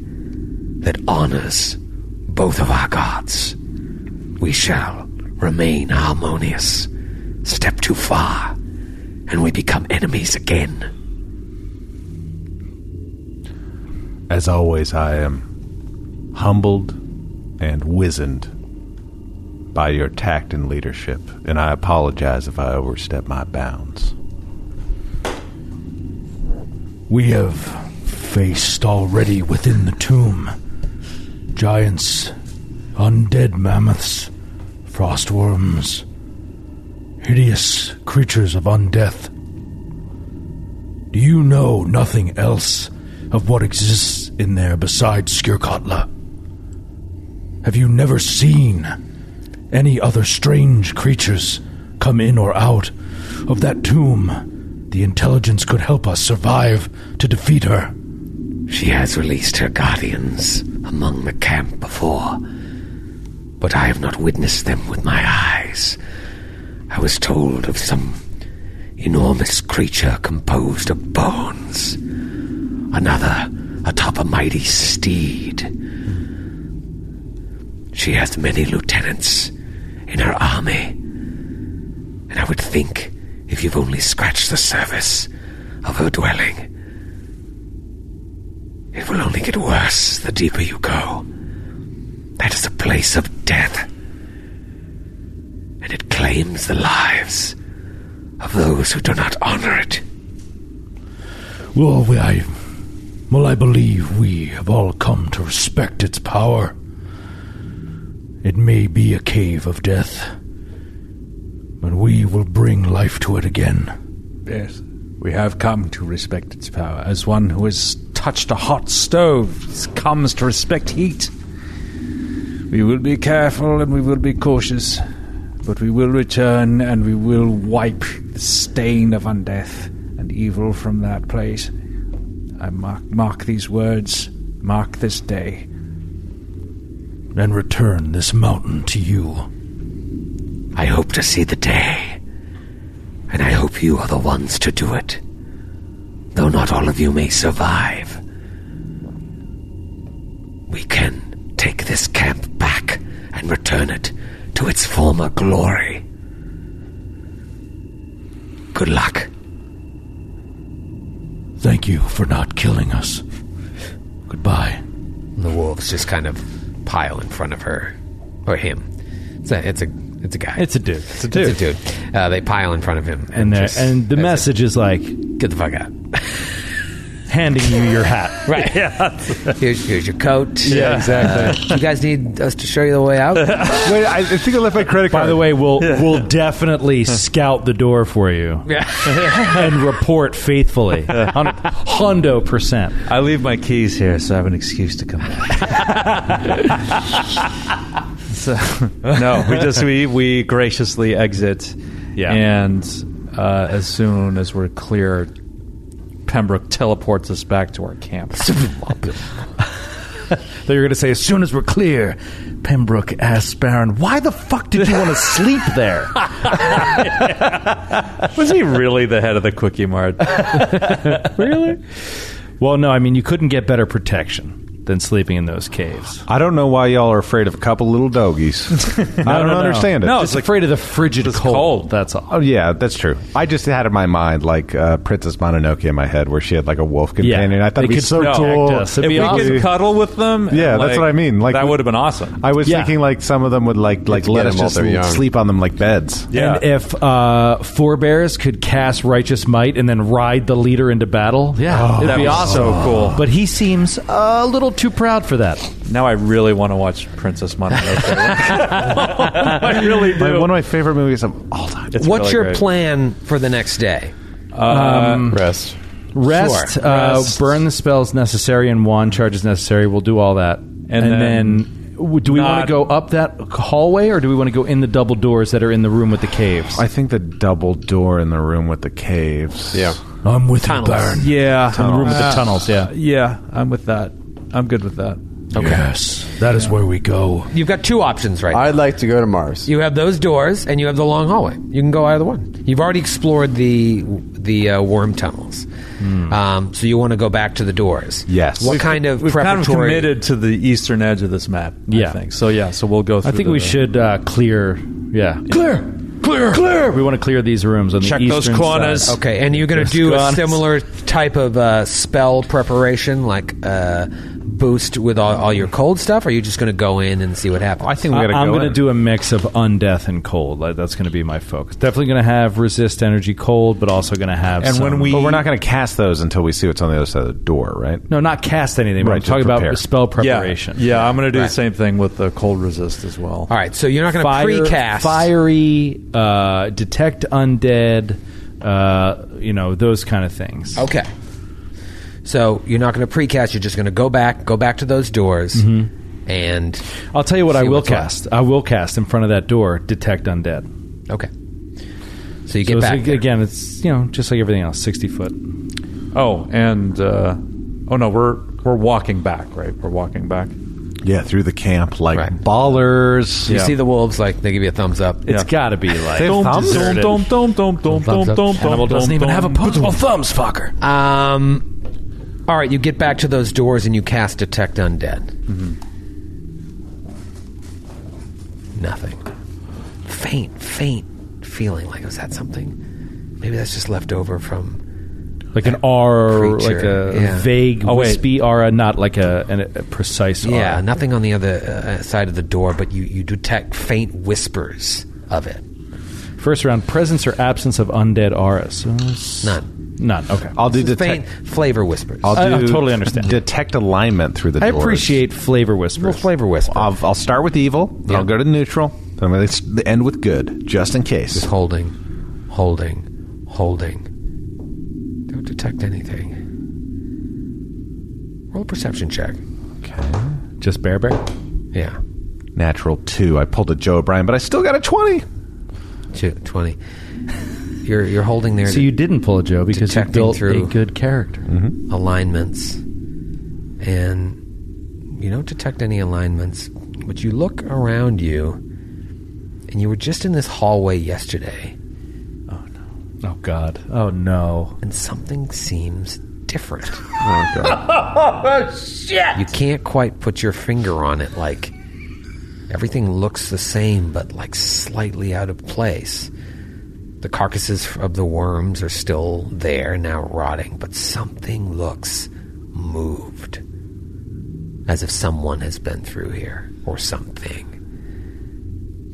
[SPEAKER 15] that honors both of our gods, we shall remain harmonious. Step too far, and we become enemies again.
[SPEAKER 6] As always, I am humbled and wizened by your tact and leadership, and I apologize if I overstep my bounds.
[SPEAKER 1] We have faced already within the tomb giants, undead mammoths, frostworms, hideous creatures of undeath. Do you know nothing else of what exists in there besides Skirkotla? Have you never seen any other strange creatures come in or out of that tomb, the intelligence could help us survive to defeat her.
[SPEAKER 15] She has released her guardians among the camp before, but I have not witnessed them with my eyes. I was told of some enormous creature composed of bones, another atop a mighty steed. She has many lieutenants in her army, and I would think if you've only scratched the surface of her dwelling, it will only get worse the deeper you go. That is a place of death. And it claims the lives of those who do not honor it.
[SPEAKER 1] Well, we, I, well, I believe we have all come to respect its power. It may be a cave of death, but we will bring life to it again.
[SPEAKER 12] Yes. We have come to respect its power. As one who has touched a hot stove comes to respect heat. We will be careful and we will be cautious, but we will return and we will wipe the stain of undeath and evil from that place. I mark, mark these words, mark this day.
[SPEAKER 1] And return this mountain to you.
[SPEAKER 15] I hope to see the day, and I hope you are the ones to do it. Though not all of you may survive, we can take this camp back and return it to its former glory. Good luck.
[SPEAKER 1] Thank you for not killing us. Goodbye.
[SPEAKER 13] The wolves just kind of pile in front of her, or him. It's a it's a it's a guy.
[SPEAKER 4] It's a dude. It's a
[SPEAKER 13] It's
[SPEAKER 4] dude.
[SPEAKER 13] a dude. Uh, they pile in front of him,
[SPEAKER 4] And, they're-
[SPEAKER 13] just-
[SPEAKER 4] and the
[SPEAKER 13] that's it.
[SPEAKER 4] message is like,
[SPEAKER 13] get the fuck out.
[SPEAKER 4] handing you your hat.
[SPEAKER 13] Right.
[SPEAKER 4] Yeah.
[SPEAKER 13] here's, here's your coat.
[SPEAKER 4] Yeah, exactly.
[SPEAKER 13] Uh, you guys need us to show you the way out.
[SPEAKER 3] Wait, I think I left my credit
[SPEAKER 4] By the way, we'll we'll definitely scout the door for you and report faithfully, Hun- hundo percent.
[SPEAKER 7] I leave my keys here, so I have an excuse to come back. so, no, we just we we graciously exit.
[SPEAKER 4] Yeah.
[SPEAKER 7] And uh, as soon as we're clear, Pembroke teleports us back to our camp.
[SPEAKER 4] Though you're going to say, as soon as we're clear, Pembroke asks Baron, why the fuck did you want to sleep there?
[SPEAKER 7] Was he really the head of the Quickie Mart?
[SPEAKER 4] really? Well, no, I mean, you couldn't get better protection than sleeping in those caves.
[SPEAKER 9] I don't know why y'all are afraid of a couple little doggies. I don't understand it.
[SPEAKER 4] No, it's afraid of the frigid cold. That's all.
[SPEAKER 9] Oh yeah, that's true. I just had in my mind like uh, Princess Mononoke in my head, where she had like a wolf companion. and I thought
[SPEAKER 4] They
[SPEAKER 9] it'd be
[SPEAKER 4] could
[SPEAKER 9] so
[SPEAKER 4] protect
[SPEAKER 9] cool.
[SPEAKER 4] us. It'd
[SPEAKER 9] if we
[SPEAKER 4] be awesome.
[SPEAKER 9] could-
[SPEAKER 7] Could cuddle with them.
[SPEAKER 9] Yeah,
[SPEAKER 7] and,
[SPEAKER 9] that's
[SPEAKER 7] like,
[SPEAKER 9] what I mean. Like
[SPEAKER 7] that would have been awesome.
[SPEAKER 9] I was
[SPEAKER 7] Yeah.
[SPEAKER 9] thinking like some of them would like like
[SPEAKER 7] to
[SPEAKER 9] let
[SPEAKER 7] get
[SPEAKER 9] us
[SPEAKER 7] them while
[SPEAKER 9] just
[SPEAKER 7] they're young.
[SPEAKER 9] sleep on them like beds.
[SPEAKER 4] And if uh, forebears could cast righteous might and then ride the leader into battle, yeah,
[SPEAKER 7] Oh,
[SPEAKER 4] it'd
[SPEAKER 7] that
[SPEAKER 4] be
[SPEAKER 7] was
[SPEAKER 4] awesome.
[SPEAKER 7] so cool.
[SPEAKER 4] But he seems uh, a little too proud for that.
[SPEAKER 7] Now I really want to watch Princess Mononoke.
[SPEAKER 4] I really
[SPEAKER 9] do. one of my favorite movies of all time.
[SPEAKER 2] What's your
[SPEAKER 13] plan for the next day?
[SPEAKER 4] Um,
[SPEAKER 9] rest.
[SPEAKER 4] Rest,
[SPEAKER 13] Sure.
[SPEAKER 4] uh,
[SPEAKER 13] Rest.
[SPEAKER 4] burn the spells necessary and wand charges necessary. We'll do all that. And, then, w do we want
[SPEAKER 9] not-
[SPEAKER 4] to go up that hallway or do we want to go in the double doors that are in the room with the caves?
[SPEAKER 9] I think the double door in the room with the caves. Yeah,
[SPEAKER 1] I'm with
[SPEAKER 4] Tunnels.
[SPEAKER 1] you, Baron.
[SPEAKER 12] Yeah. Ah.
[SPEAKER 9] In the room with the tunnels,
[SPEAKER 4] yeah.
[SPEAKER 12] Yeah, I'm with that. I'm good with that.
[SPEAKER 1] Yes, that is where we go.
[SPEAKER 2] You've got two options right
[SPEAKER 3] I'd like to go to Mars.
[SPEAKER 2] You have those doors, and you have the long hallway. You can go either one. You've already explored the the uh, worm tunnels, um, so you want to go back to the doors.
[SPEAKER 9] Yes.
[SPEAKER 2] What
[SPEAKER 7] We've-
[SPEAKER 2] kind of
[SPEAKER 7] we've kind of
[SPEAKER 2] preparatory?
[SPEAKER 7] committed to the eastern edge of this map.
[SPEAKER 4] Yeah.
[SPEAKER 7] I think. So yeah, so we'll go. Through
[SPEAKER 4] I think
[SPEAKER 7] the-
[SPEAKER 4] we should uh, clear. Yeah.
[SPEAKER 2] Clear,
[SPEAKER 4] Clear. Clear. We want to clear these rooms on
[SPEAKER 7] Check
[SPEAKER 4] the
[SPEAKER 7] those
[SPEAKER 4] eastern
[SPEAKER 7] corners.
[SPEAKER 4] side.
[SPEAKER 2] Okay, and you're going to
[SPEAKER 4] Those
[SPEAKER 2] do a
[SPEAKER 4] corners.
[SPEAKER 2] similar type of uh, spell preparation, like uh, boost with all, all your cold stuff. Or are you just going to go in and see what happens? I
[SPEAKER 4] I- I'm gonna do a mix of undeath and cold. Like, that's going to be my focus. Definitely going to have resist energy cold, but also going to have.
[SPEAKER 9] And
[SPEAKER 4] some-
[SPEAKER 9] when we, but we're not going to cast those until we see what's on the other side of the door, right?
[SPEAKER 4] no, not cast anything.
[SPEAKER 9] Right,
[SPEAKER 4] Right, I'm
[SPEAKER 9] just
[SPEAKER 4] talking
[SPEAKER 9] prepare.
[SPEAKER 4] about spell preparation.
[SPEAKER 7] Yeah, yeah I'm going to do
[SPEAKER 4] Right.
[SPEAKER 7] the same thing with the cold resist as well.
[SPEAKER 2] All right, so you're not going
[SPEAKER 4] Fire-
[SPEAKER 2] to precast.
[SPEAKER 4] fiery, uh, detect undead, uh, you know those kind of things.
[SPEAKER 2] Okay. So you're not going to precast. You're just going to go back, go back to those doors, and
[SPEAKER 4] I'll tell you what
[SPEAKER 2] See
[SPEAKER 4] I will
[SPEAKER 2] what's what.
[SPEAKER 4] cast. I will cast in front of that door detect undead.
[SPEAKER 2] okay. So you get
[SPEAKER 4] it's
[SPEAKER 2] back
[SPEAKER 4] like-
[SPEAKER 2] there.
[SPEAKER 4] again. It's you know just like everything else, sixty foot.
[SPEAKER 7] Oh, and uh, oh no, we're we're walking back, right? We're walking back.
[SPEAKER 18] Yeah, through the camp like
[SPEAKER 7] ballers.
[SPEAKER 2] You see the wolves, like they give you a thumbs up.
[SPEAKER 7] It's
[SPEAKER 4] gotta be
[SPEAKER 7] like- They have thumbs?
[SPEAKER 2] deserted.
[SPEAKER 7] Dum, dum, dum,
[SPEAKER 2] Thumbs
[SPEAKER 7] dum, dum,
[SPEAKER 2] up.
[SPEAKER 7] dum, Hannibal dum, doesn't even dum, have a
[SPEAKER 2] puzzle.
[SPEAKER 1] thumbs, fucker.
[SPEAKER 2] Um, all right, you get back to those doors and you cast Detect Undead. Nothing. Faint, faint feeling like, was that something? Maybe that's just left over from.
[SPEAKER 4] Like an R,
[SPEAKER 2] Creature,
[SPEAKER 4] like a
[SPEAKER 2] yeah.
[SPEAKER 4] vague,
[SPEAKER 2] Oh, wait.
[SPEAKER 4] wispy aura, not like a, an, a precise aura.
[SPEAKER 2] Yeah, nothing on the other uh, side of the door, but you, you detect faint whispers of it.
[SPEAKER 4] First round, presence or absence of undead auras. So it's-
[SPEAKER 2] None.
[SPEAKER 4] None. Okay.
[SPEAKER 2] I'll do This is detect- faint flavor whispers.
[SPEAKER 4] I'll
[SPEAKER 2] I- I
[SPEAKER 4] totally understand.
[SPEAKER 6] Detect alignment through the
[SPEAKER 4] I
[SPEAKER 6] doors.
[SPEAKER 4] appreciate flavor whispers.
[SPEAKER 6] Well,
[SPEAKER 2] flavor whispers.
[SPEAKER 6] I'll, I'll start with evil. then I'll go to neutral. Then I'm going to end with good, just in case. Just
[SPEAKER 2] holding, holding, holding. Don't detect anything. Roll a perception check.
[SPEAKER 4] Just bear bear?
[SPEAKER 2] Yeah.
[SPEAKER 6] Natural 2. I pulled a Joe O'Brien, but I still got a 20.
[SPEAKER 2] Two, 20. You're, you're holding there.
[SPEAKER 4] So
[SPEAKER 2] to-
[SPEAKER 4] you didn't pull a Joe because you
[SPEAKER 2] detecting
[SPEAKER 4] built
[SPEAKER 2] through
[SPEAKER 4] a good character.
[SPEAKER 2] alignments and you don't detect any alignments but you look around you and you were just in this hallway yesterday
[SPEAKER 4] Oh God! Oh no!
[SPEAKER 2] And something seems different.
[SPEAKER 19] oh, shit!
[SPEAKER 2] you can't quite put your finger on it. Like everything looks the same, but like slightly out of place. The carcasses of the worms are still there, now rotting, but something looks moved. As if someone has been through here, or something.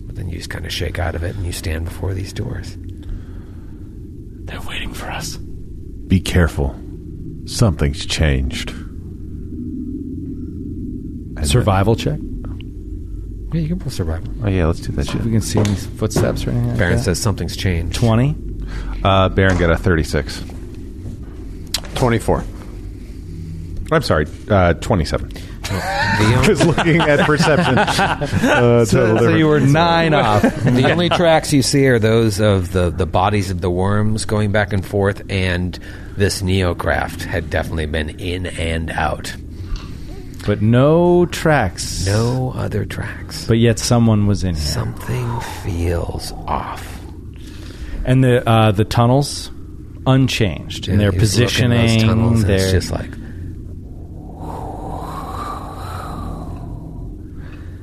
[SPEAKER 2] But then you just kind of shake out of it and you stand before these doors.
[SPEAKER 4] They're waiting for us.
[SPEAKER 18] Be careful. Something's changed.
[SPEAKER 4] Survival check?
[SPEAKER 2] Yeah, you can pull survival.
[SPEAKER 6] Oh, yeah, let's do that
[SPEAKER 4] We can see any footsteps or anything. like
[SPEAKER 2] Baron
[SPEAKER 4] that.
[SPEAKER 2] says something's changed.
[SPEAKER 4] 20.
[SPEAKER 6] Uh, Baron got a 36. 24. I'm sorry, uh, 27. Just looking at perception. Uh, total difference.
[SPEAKER 2] the only tracks you see are those of the, the bodies of the worms going back and forth, and this neocraft had definitely been in and out.
[SPEAKER 4] But no tracks.
[SPEAKER 2] No other tracks.
[SPEAKER 4] But yet someone was in here.
[SPEAKER 2] Something feels off.
[SPEAKER 4] And the uh, the tunnels unchanged in
[SPEAKER 2] Yeah,
[SPEAKER 4] their
[SPEAKER 2] you just look in those
[SPEAKER 4] positioning.
[SPEAKER 2] tunnels and
[SPEAKER 4] their,
[SPEAKER 2] it's just like-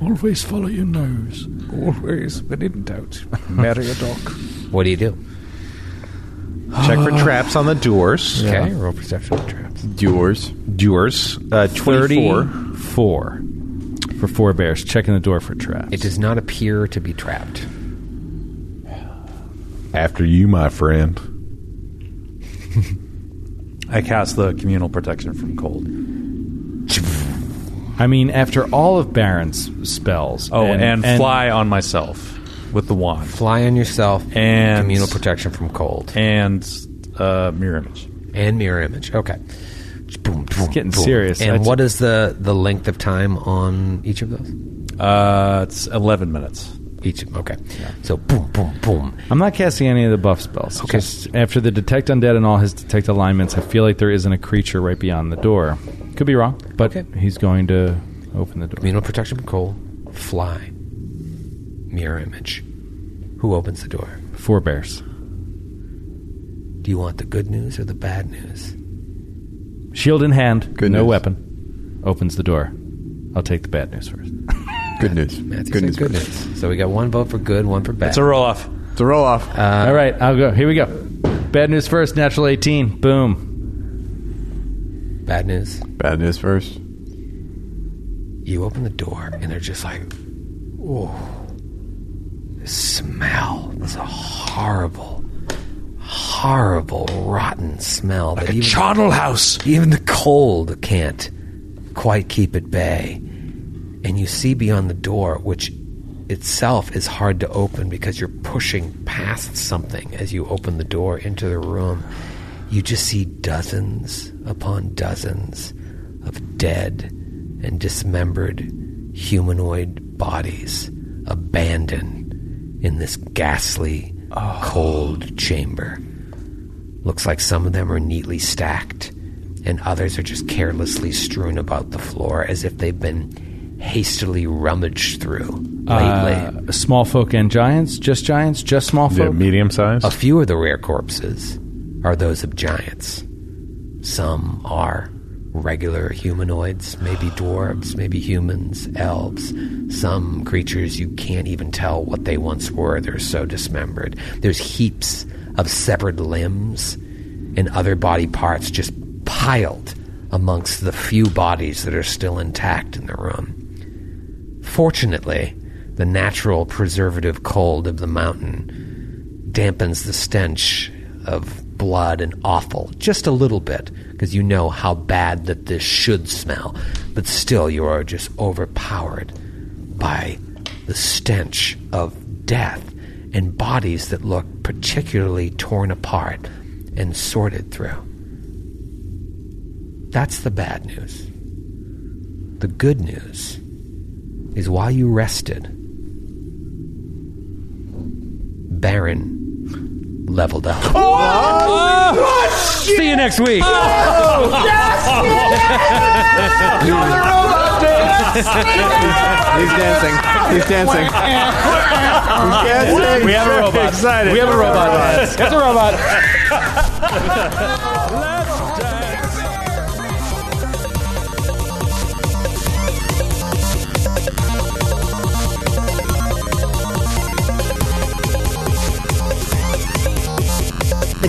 [SPEAKER 20] Always follow your nose.
[SPEAKER 12] Always, but in doubt,
[SPEAKER 2] hmm.
[SPEAKER 12] marry a dog.
[SPEAKER 2] What do you do?
[SPEAKER 6] Check for traps on the doors.
[SPEAKER 2] Okay, roll perception of traps.
[SPEAKER 6] Doors. Doors. Uh, 24.
[SPEAKER 4] 34 for four bears. Checking the door for traps.
[SPEAKER 2] It does not appear to be trapped.
[SPEAKER 18] After you, my friend.
[SPEAKER 7] I cast the communal protection from cold.
[SPEAKER 4] I mean, after all of Baron's spells.
[SPEAKER 7] Oh, and, fly on myself with the wand.
[SPEAKER 2] Fly on yourself
[SPEAKER 7] and
[SPEAKER 2] communal protection from cold
[SPEAKER 7] and uh, mirror image
[SPEAKER 2] and mirror image. Okay, boom, boom,
[SPEAKER 4] getting
[SPEAKER 2] boom.
[SPEAKER 4] serious.
[SPEAKER 2] And
[SPEAKER 4] That's-
[SPEAKER 2] what is the the length of time on each of those?
[SPEAKER 7] Uh, it's eleven minutes
[SPEAKER 2] each. Okay, so boom, boom, boom.
[SPEAKER 4] I'm not casting any of the buff spells.
[SPEAKER 2] Okay.
[SPEAKER 4] Just after the detect undead and all his detect alignments, I feel like there isn't a creature right beyond the door. Could be wrong, but he's going to open the door.
[SPEAKER 2] Communal protection from cold. Fly. Mirror image. Who opens the door?
[SPEAKER 4] Four bears.
[SPEAKER 2] Do you want the good news or the bad news?
[SPEAKER 4] Shield in hand,
[SPEAKER 2] Good
[SPEAKER 4] no
[SPEAKER 2] news.
[SPEAKER 4] weapon. Opens the door. I'll take the bad news first.
[SPEAKER 21] Good news.
[SPEAKER 2] Matthew said good news. So we got one vote for good, one for bad.
[SPEAKER 4] It's a roll
[SPEAKER 7] off.
[SPEAKER 21] It's a roll off.
[SPEAKER 2] Uh,
[SPEAKER 4] all right, I'll go. Here we go. Bad news first, natural 18. Boom.
[SPEAKER 2] Bad news.
[SPEAKER 21] Bad news first.
[SPEAKER 2] You open the door and they're just like, oh, the smell. It's a horrible, horrible, rotten smell. Like
[SPEAKER 19] a charnel
[SPEAKER 2] house. Even the cold can't quite keep at bay. And you see beyond the door, which itself is hard to open because you're pushing past something as you open the door into the room. You just see dozens upon dozens of dead and dismembered humanoid bodies abandoned in this ghastly cold chamber. Looks like some of them are neatly stacked, and others are just carelessly strewn about the floor as if they've been hastily rummaged through lately.
[SPEAKER 4] Uh, small folk and giants, just giants, just small folk.
[SPEAKER 2] medium size. A few of the rare corpses are those of giants. Some are regular humanoids, maybe dwarves, maybe humans, elves, some creatures you can't even tell what they once were. They're so dismembered. There's heaps of severed limbs and other body parts just piled amongst the few bodies that are still intact in the room. Fortunately, the natural preservative cold of the mountain dampens the stench of blood and offal just a little bit because you know how bad that this should smell, but still you are just overpowered by the stench of death and bodies that look particularly torn apart and sorted through. That's the bad news. The good news is while you rested, Baron leveled up.
[SPEAKER 4] 아,
[SPEAKER 22] See you next week.
[SPEAKER 6] He's dancing. He's dancing.
[SPEAKER 23] dancing.
[SPEAKER 4] We have a robot. We have a robot.
[SPEAKER 23] That's
[SPEAKER 4] That's a robot.
[SPEAKER 24] The